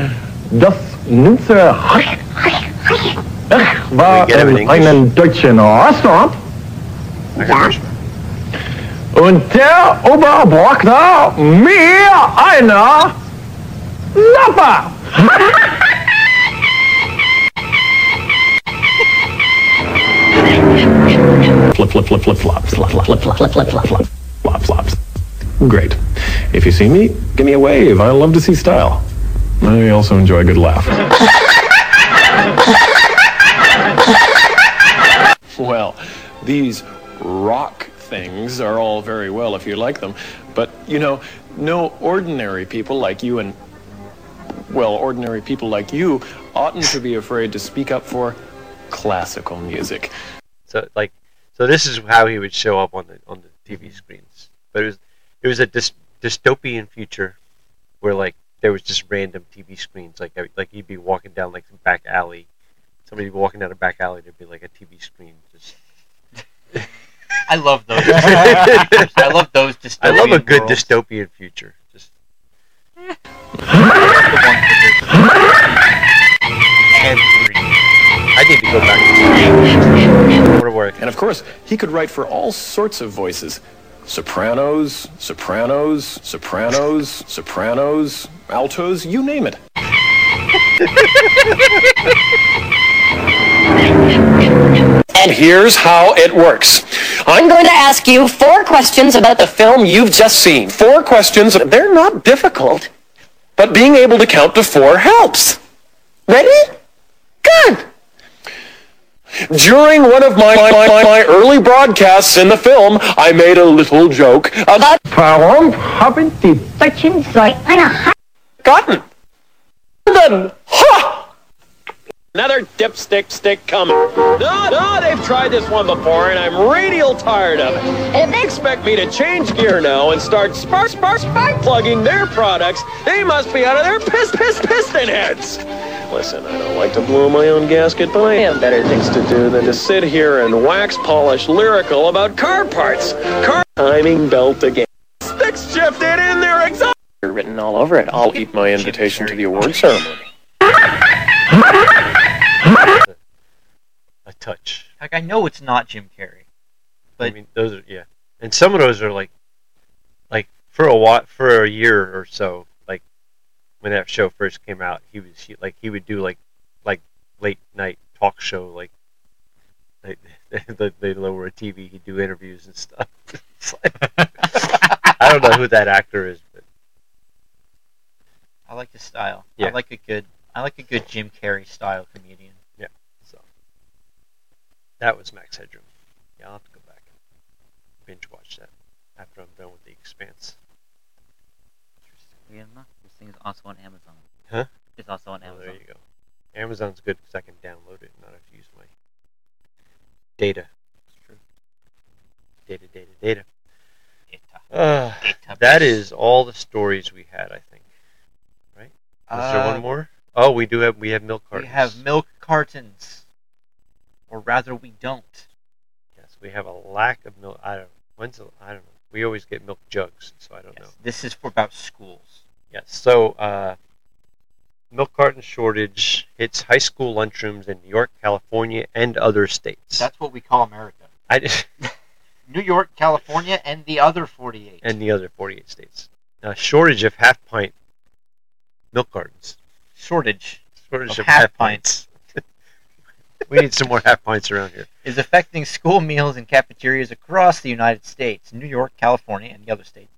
Speaker 9: Das Nütze Hasch. Ich war in einem deutschen Restaurant. Ja. Und der Ober brachte mir eine Lappe.
Speaker 11: Flip, flip, flip, flip, flops, flop, flop, flop, flop, flop, flop, flop, flop, flop, flops. Great. If you see me, give me a wave. I love to see style. I also enjoy a good laugh. well, these rock things are all very well if you like them, but you know, no ordinary people like you and well, ordinary people like you oughtn't to be afraid to speak up for classical music.
Speaker 1: So like, so this is how he would show up on the on the TV screens. But it was it was a dys, dystopian future where like there was just random TV screens. Like every- like you'd be walking down like some back alley, somebody would be walking down a back alley, there'd be like a TV screen just.
Speaker 2: I love those. I love those dystopian.
Speaker 1: I love a good
Speaker 2: worlds.
Speaker 1: dystopian future. Just I need to go back. To work.
Speaker 11: And of course, he could write for all sorts of voices. Sopranos, sopranos, sopranos, sopranos, altos, you name it. And here's how it works.
Speaker 14: I'm going to ask you four questions about the film you've just seen.
Speaker 15: Four questions, they're not difficult, but being able to count to four helps. Ready? Good. During one of my, my, my, my early broadcasts in the film, I made a little joke about.
Speaker 7: Warum haben die Deutschen so eine
Speaker 15: Gotten. Then, ha! Another dipstick stick coming. No, no, they've tried this one before, and I'm radial tired of it. And they expect me to change gear now and start spark, spark, spark plugging their products. They must be out of their piss, piss, piston heads. Listen, I don't like to blow my own gasket, but I have better things to do than to sit here and wax polish lyrical about car parts. Car timing belt again. Sticks shifted in their exhaust. Written all over it. I'll eat my invitation to the award ceremony.
Speaker 1: a touch.
Speaker 2: Like I know it's not Jim Carrey.
Speaker 1: I mean, those are yeah, and some of those are like, like for a what for a year or so. Like when that show first came out, he was he, like he would do like like late night talk show like. They, they, they lower a TV. He'd do interviews and stuff. It's like- I don't know who that actor is, but
Speaker 2: I like the style.
Speaker 1: Yeah.
Speaker 2: I like a good I like a good Jim Carrey style comedian.
Speaker 1: Yeah. So that was Max Headroom. Yeah, I'll have to go back and binge watch that after I'm done with the Expanse.
Speaker 16: Yeah, no, this thing is also on Amazon.
Speaker 1: Huh?
Speaker 16: It's also on
Speaker 1: Oh,
Speaker 16: Amazon.
Speaker 1: there you go. Amazon's good because I can download it, and not have to use my data. Data, data, data. Uh, that is all the stories we had, I think. Right? Is there
Speaker 2: Uh,
Speaker 1: one more? Oh, we do have we have milk cartons.
Speaker 2: We have milk cartons. Or rather we don't.
Speaker 1: Yes, we have a lack of milk. I don't. When's the, I don't know. We always get milk jugs, so I don't know.
Speaker 2: This is for about schools.
Speaker 1: Yes. So, uh, milk carton shortage hits high school lunchrooms in New York, California, and other states.
Speaker 2: That's what we call America.
Speaker 1: I just,
Speaker 2: New York, California, and the other forty eight.
Speaker 1: and the other 48 states. A shortage of half pint milk cartons.
Speaker 2: Shortage.
Speaker 1: Shortage
Speaker 2: of
Speaker 1: of,
Speaker 2: half
Speaker 1: half pints. we need some more half pints around here.
Speaker 2: Is affecting school meals and cafeterias across the United States, New York, California, and the other states.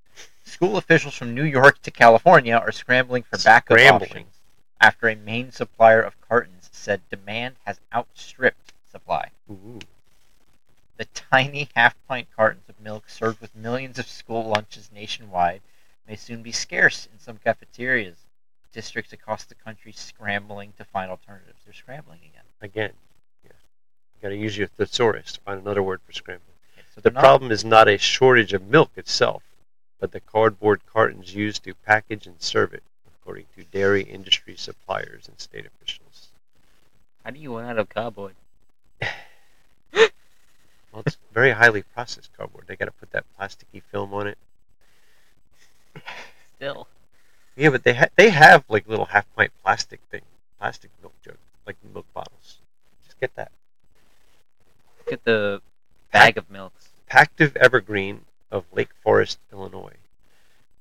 Speaker 2: School officials from New York to California are scrambling for backup
Speaker 1: Scrambling.
Speaker 2: options after a main supplier of cartons said demand has outstripped supply.
Speaker 1: Ooh.
Speaker 2: The tiny half pint cartons of milk served with millions of school lunches nationwide may soon be scarce in some cafeterias. Districts across the country scrambling to find alternatives. They're scrambling again.
Speaker 1: Again, yeah. you got to use your thesaurus to find another word for scrambling.
Speaker 2: So
Speaker 1: the
Speaker 2: they're not-
Speaker 1: problem is not a shortage of milk itself, but the cardboard cartons used to package and serve it, according to dairy industry suppliers and state officials.
Speaker 16: How do you run out of cardboard?
Speaker 1: Well, it's very highly processed cardboard. They got to put that plasticky film on it.
Speaker 16: Still.
Speaker 1: Yeah, but they ha- they have like little half pint plastic thing, plastic milk jug, like milk bottles. Just get that.
Speaker 16: Get the bag of milks.
Speaker 1: Pactive Evergreen of Lake Forest, Illinois,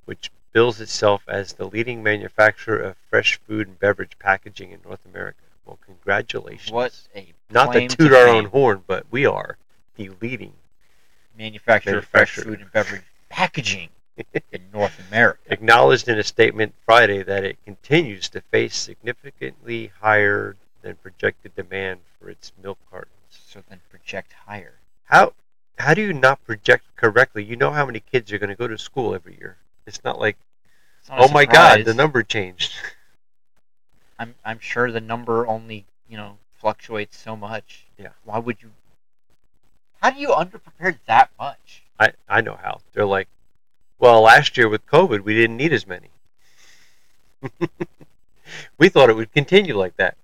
Speaker 1: which bills itself as the leading manufacturer of fresh food and beverage packaging in North America. Well, congratulations.
Speaker 2: What a
Speaker 1: Not to
Speaker 2: claim
Speaker 1: toot our own
Speaker 2: fame.
Speaker 1: horn, but we are the leading
Speaker 2: manufacturer of fresh
Speaker 1: Manufacturer.
Speaker 2: food and beverage packaging in North America.
Speaker 1: acknowledged in a statement Friday that it continues to face significantly higher than projected demand for its milk cartons.
Speaker 2: So then project higher.
Speaker 1: How how do you not project correctly? You know how many kids are going to go to school every year. It's not like
Speaker 2: It's not a
Speaker 1: oh my god,
Speaker 2: surprise.
Speaker 1: the number changed.
Speaker 2: I'm I'm sure the number only you know fluctuates so much.
Speaker 1: Yeah.
Speaker 2: Why would you? How do you underprepare that much?
Speaker 1: I I know how. They're like, well, last year with COVID, we didn't need as many. we thought it would continue like that.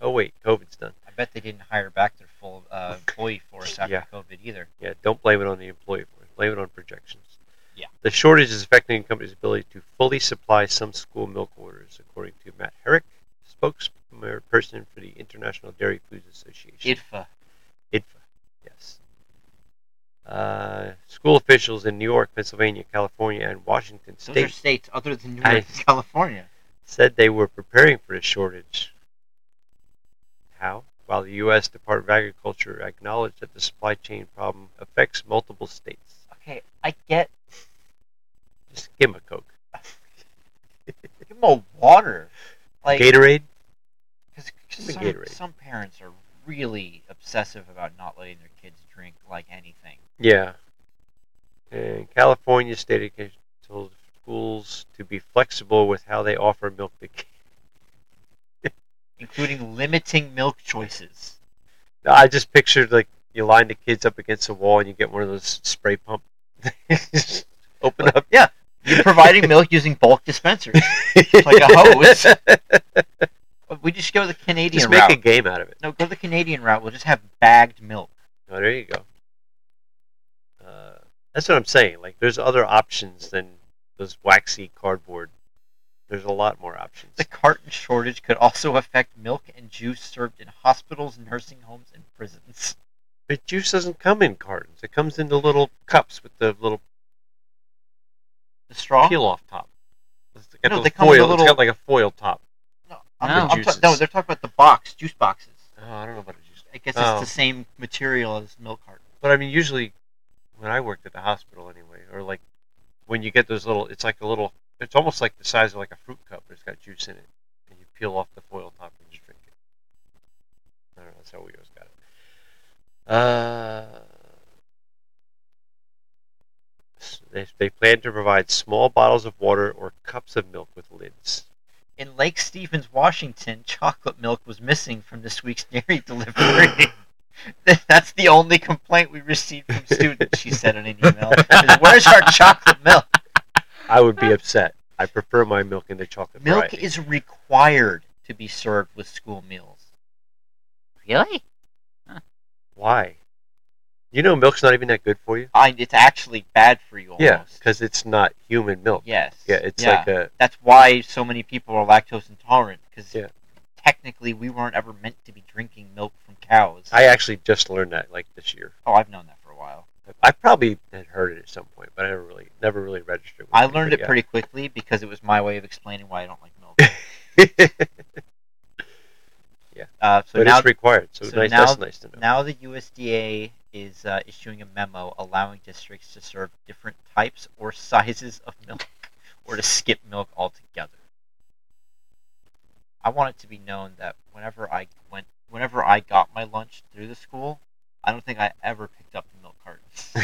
Speaker 1: Oh wait, COVID's done.
Speaker 2: I bet they didn't hire back their full uh, employee force after
Speaker 1: Yeah.
Speaker 2: COVID either.
Speaker 1: Yeah, don't blame it on the employee for it. Blame it on projections.
Speaker 2: Yeah.
Speaker 1: The shortage is affecting companies' ability to fully supply some school milk orders, according to Matt Herrick, spokesperson for the International Dairy Foods Association.
Speaker 2: IDFA.
Speaker 1: IDFA, yes. Uh, school officials in New York, Pennsylvania, California, and Washington
Speaker 2: Those
Speaker 1: State
Speaker 2: are states other than New
Speaker 1: I-
Speaker 2: York, and California.
Speaker 1: said they were preparing for the shortage. How? while the U.S. Department of Agriculture acknowledged that the supply chain problem affects multiple states.
Speaker 2: Okay, I get.
Speaker 1: Just give him a Coke.
Speaker 2: Give him a water. Like
Speaker 1: Gatorade?
Speaker 2: Because
Speaker 1: Give
Speaker 2: some,
Speaker 1: him a Gatorade.
Speaker 2: some parents are really obsessive about not letting their kids drink like anything.
Speaker 1: Yeah. And California State Education told schools to be flexible with how they offer milk to kids.
Speaker 2: including limiting milk choices.
Speaker 1: No, I just pictured like you line the kids up against the wall and you get one of those spray pump. Just Open up.
Speaker 2: Yeah, you're providing milk using bulk dispensers. It's like a hose. We just go the Canadian
Speaker 1: Just make
Speaker 2: route.
Speaker 1: a game out of it.
Speaker 2: No, go the Canadian route. We'll just have bagged milk.
Speaker 1: Oh, there you go. Uh, that's what I'm saying. Like, there's other options than those waxy cardboard. There's a lot more options.
Speaker 2: The carton shortage could also affect milk and juice served in hospitals, nursing homes, and prisons.
Speaker 1: But juice doesn't come in cartons. It comes in the little cups with the little
Speaker 2: The straw?
Speaker 1: peel off top. It's got
Speaker 2: No,
Speaker 1: the
Speaker 2: they come with a
Speaker 1: foil-
Speaker 2: little-
Speaker 1: It's got like a foil top.
Speaker 2: I'm-
Speaker 1: No.
Speaker 2: I'm ta-
Speaker 1: Juices.
Speaker 2: no, they're talking about the box, juice boxes.
Speaker 1: Oh, I don't know about a juice.
Speaker 2: I guess
Speaker 1: Oh.
Speaker 2: it's the same material as milk carton.
Speaker 1: But I mean, usually when I worked at the hospital, anyway, or like when you get those little, it's like a little, it's almost like the size of like a fruit cup, but it's got juice in it, and you peel off the foil top and just drink it. I don't know. That's how we always got it. Uh, s- they, they plan to provide small bottles of water or cups of milk with lids.
Speaker 2: In Lake Stevens, Washington, chocolate milk was missing from this week's dairy delivery. That's the only complaint we received from students, she said in an email. is, Where's our chocolate milk?
Speaker 1: I would be upset. I prefer my milk in the chocolate
Speaker 2: Milk
Speaker 1: variety.
Speaker 2: is required to be served with school meals. Really?
Speaker 1: Why? You know, milk's not even that good for you.
Speaker 2: I, it's actually bad for you. Almost.
Speaker 1: Yeah, because it's not human milk.
Speaker 2: Yes.
Speaker 1: Yeah, it's
Speaker 2: Yeah.
Speaker 1: like a
Speaker 2: That's why so many people are lactose intolerant because
Speaker 1: Yeah.
Speaker 2: technically we weren't ever meant to be drinking milk from cows.
Speaker 1: I actually just learned that like this year.
Speaker 2: oh, I've known that for a while.
Speaker 1: I probably had heard it at some point, but I never really never really registered. With
Speaker 2: I learned it
Speaker 1: yeah.
Speaker 2: pretty quickly because it was my way of explaining why I don't like milk.
Speaker 1: Yeah.
Speaker 2: Uh, so
Speaker 1: But
Speaker 2: now,
Speaker 1: it's required, so nice-
Speaker 2: now,
Speaker 1: that's nice to know.
Speaker 2: Now the USDA is uh, issuing a memo allowing districts to serve different types or sizes of milk, or to skip milk altogether. I want it to be known that whenever I went, whenever I got my lunch through the school, I don't think I ever picked up the milk cartons.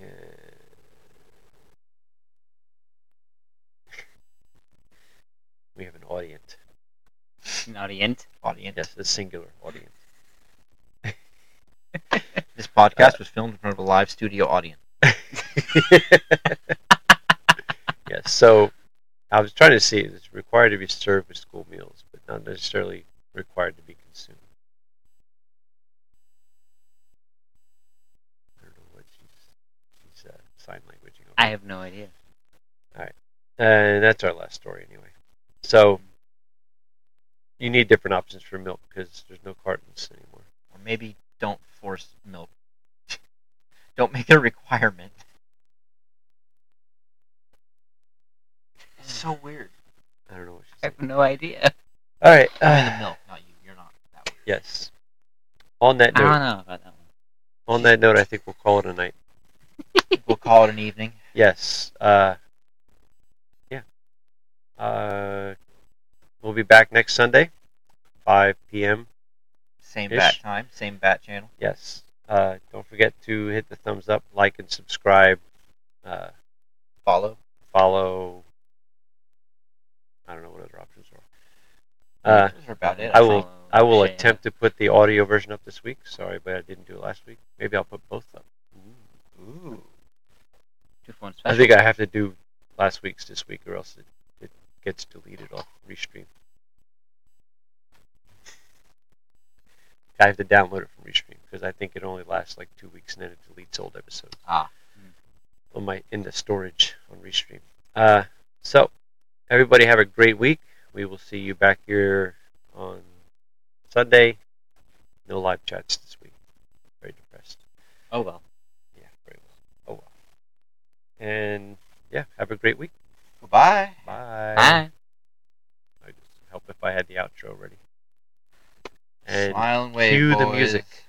Speaker 1: Yeah. We have an audience.
Speaker 16: An audience.
Speaker 2: Audience.
Speaker 1: Yes, a singular audience.
Speaker 2: This podcast was filmed in front of a live studio audience.
Speaker 1: Yes. So I was trying to see it's required to be served with school meals, but not necessarily required to be consumed. I don't know what she's, she's uh, sign languaging. over.
Speaker 16: I have no idea.
Speaker 1: And Uh, that's our last story, anyway. So you need different options for milk because there's no cartons anymore.
Speaker 2: Or maybe don't force milk. don't make it a requirement. It's so weird.
Speaker 1: I don't know what she's
Speaker 16: I have no idea.
Speaker 1: All right.
Speaker 2: I'm in
Speaker 1: Uh,
Speaker 2: the milk, not you. You're not that weird.
Speaker 1: yes. On that
Speaker 16: I don't
Speaker 1: note,
Speaker 16: know about that one.
Speaker 1: on that note, I think we'll call it a night.
Speaker 2: We'll call it an evening.
Speaker 1: Yes. Uh, yeah. Uh, we'll be back next Sunday, 5 p.m.
Speaker 2: Same
Speaker 1: Ish.
Speaker 2: bat time, same bat channel.
Speaker 1: Yes. Uh, don't forget to hit the thumbs up, like, and subscribe. Uh,
Speaker 2: Follow.
Speaker 1: follow. I don't know what other options are. Uh,
Speaker 2: Those are about it.
Speaker 1: I will.
Speaker 16: Follow,
Speaker 1: I will
Speaker 16: share.
Speaker 1: attempt to put the audio version up this week. Sorry, but I didn't do it last week. Maybe I'll put both up.
Speaker 2: Ooh.
Speaker 16: Two for one
Speaker 1: I
Speaker 16: special.
Speaker 1: think I have to do last week's this week, or else it, it gets deleted off Restream. I have to download it from Restream because I think it only lasts like two weeks, and then it deletes old episodes
Speaker 2: Ah.
Speaker 1: on my in the storage on Restream. Uh, so everybody have a great week. We will see you back here on Sunday. No live chats this week. Very depressed.
Speaker 16: Oh well.
Speaker 1: Yeah, very well. Oh well. And yeah, have a great week.
Speaker 2: Goodbye.
Speaker 1: Bye.
Speaker 16: Bye.
Speaker 1: I just help if
Speaker 2: I had the outro ready. And
Speaker 1: Smile and wave,
Speaker 2: cue the
Speaker 1: boys.
Speaker 2: music.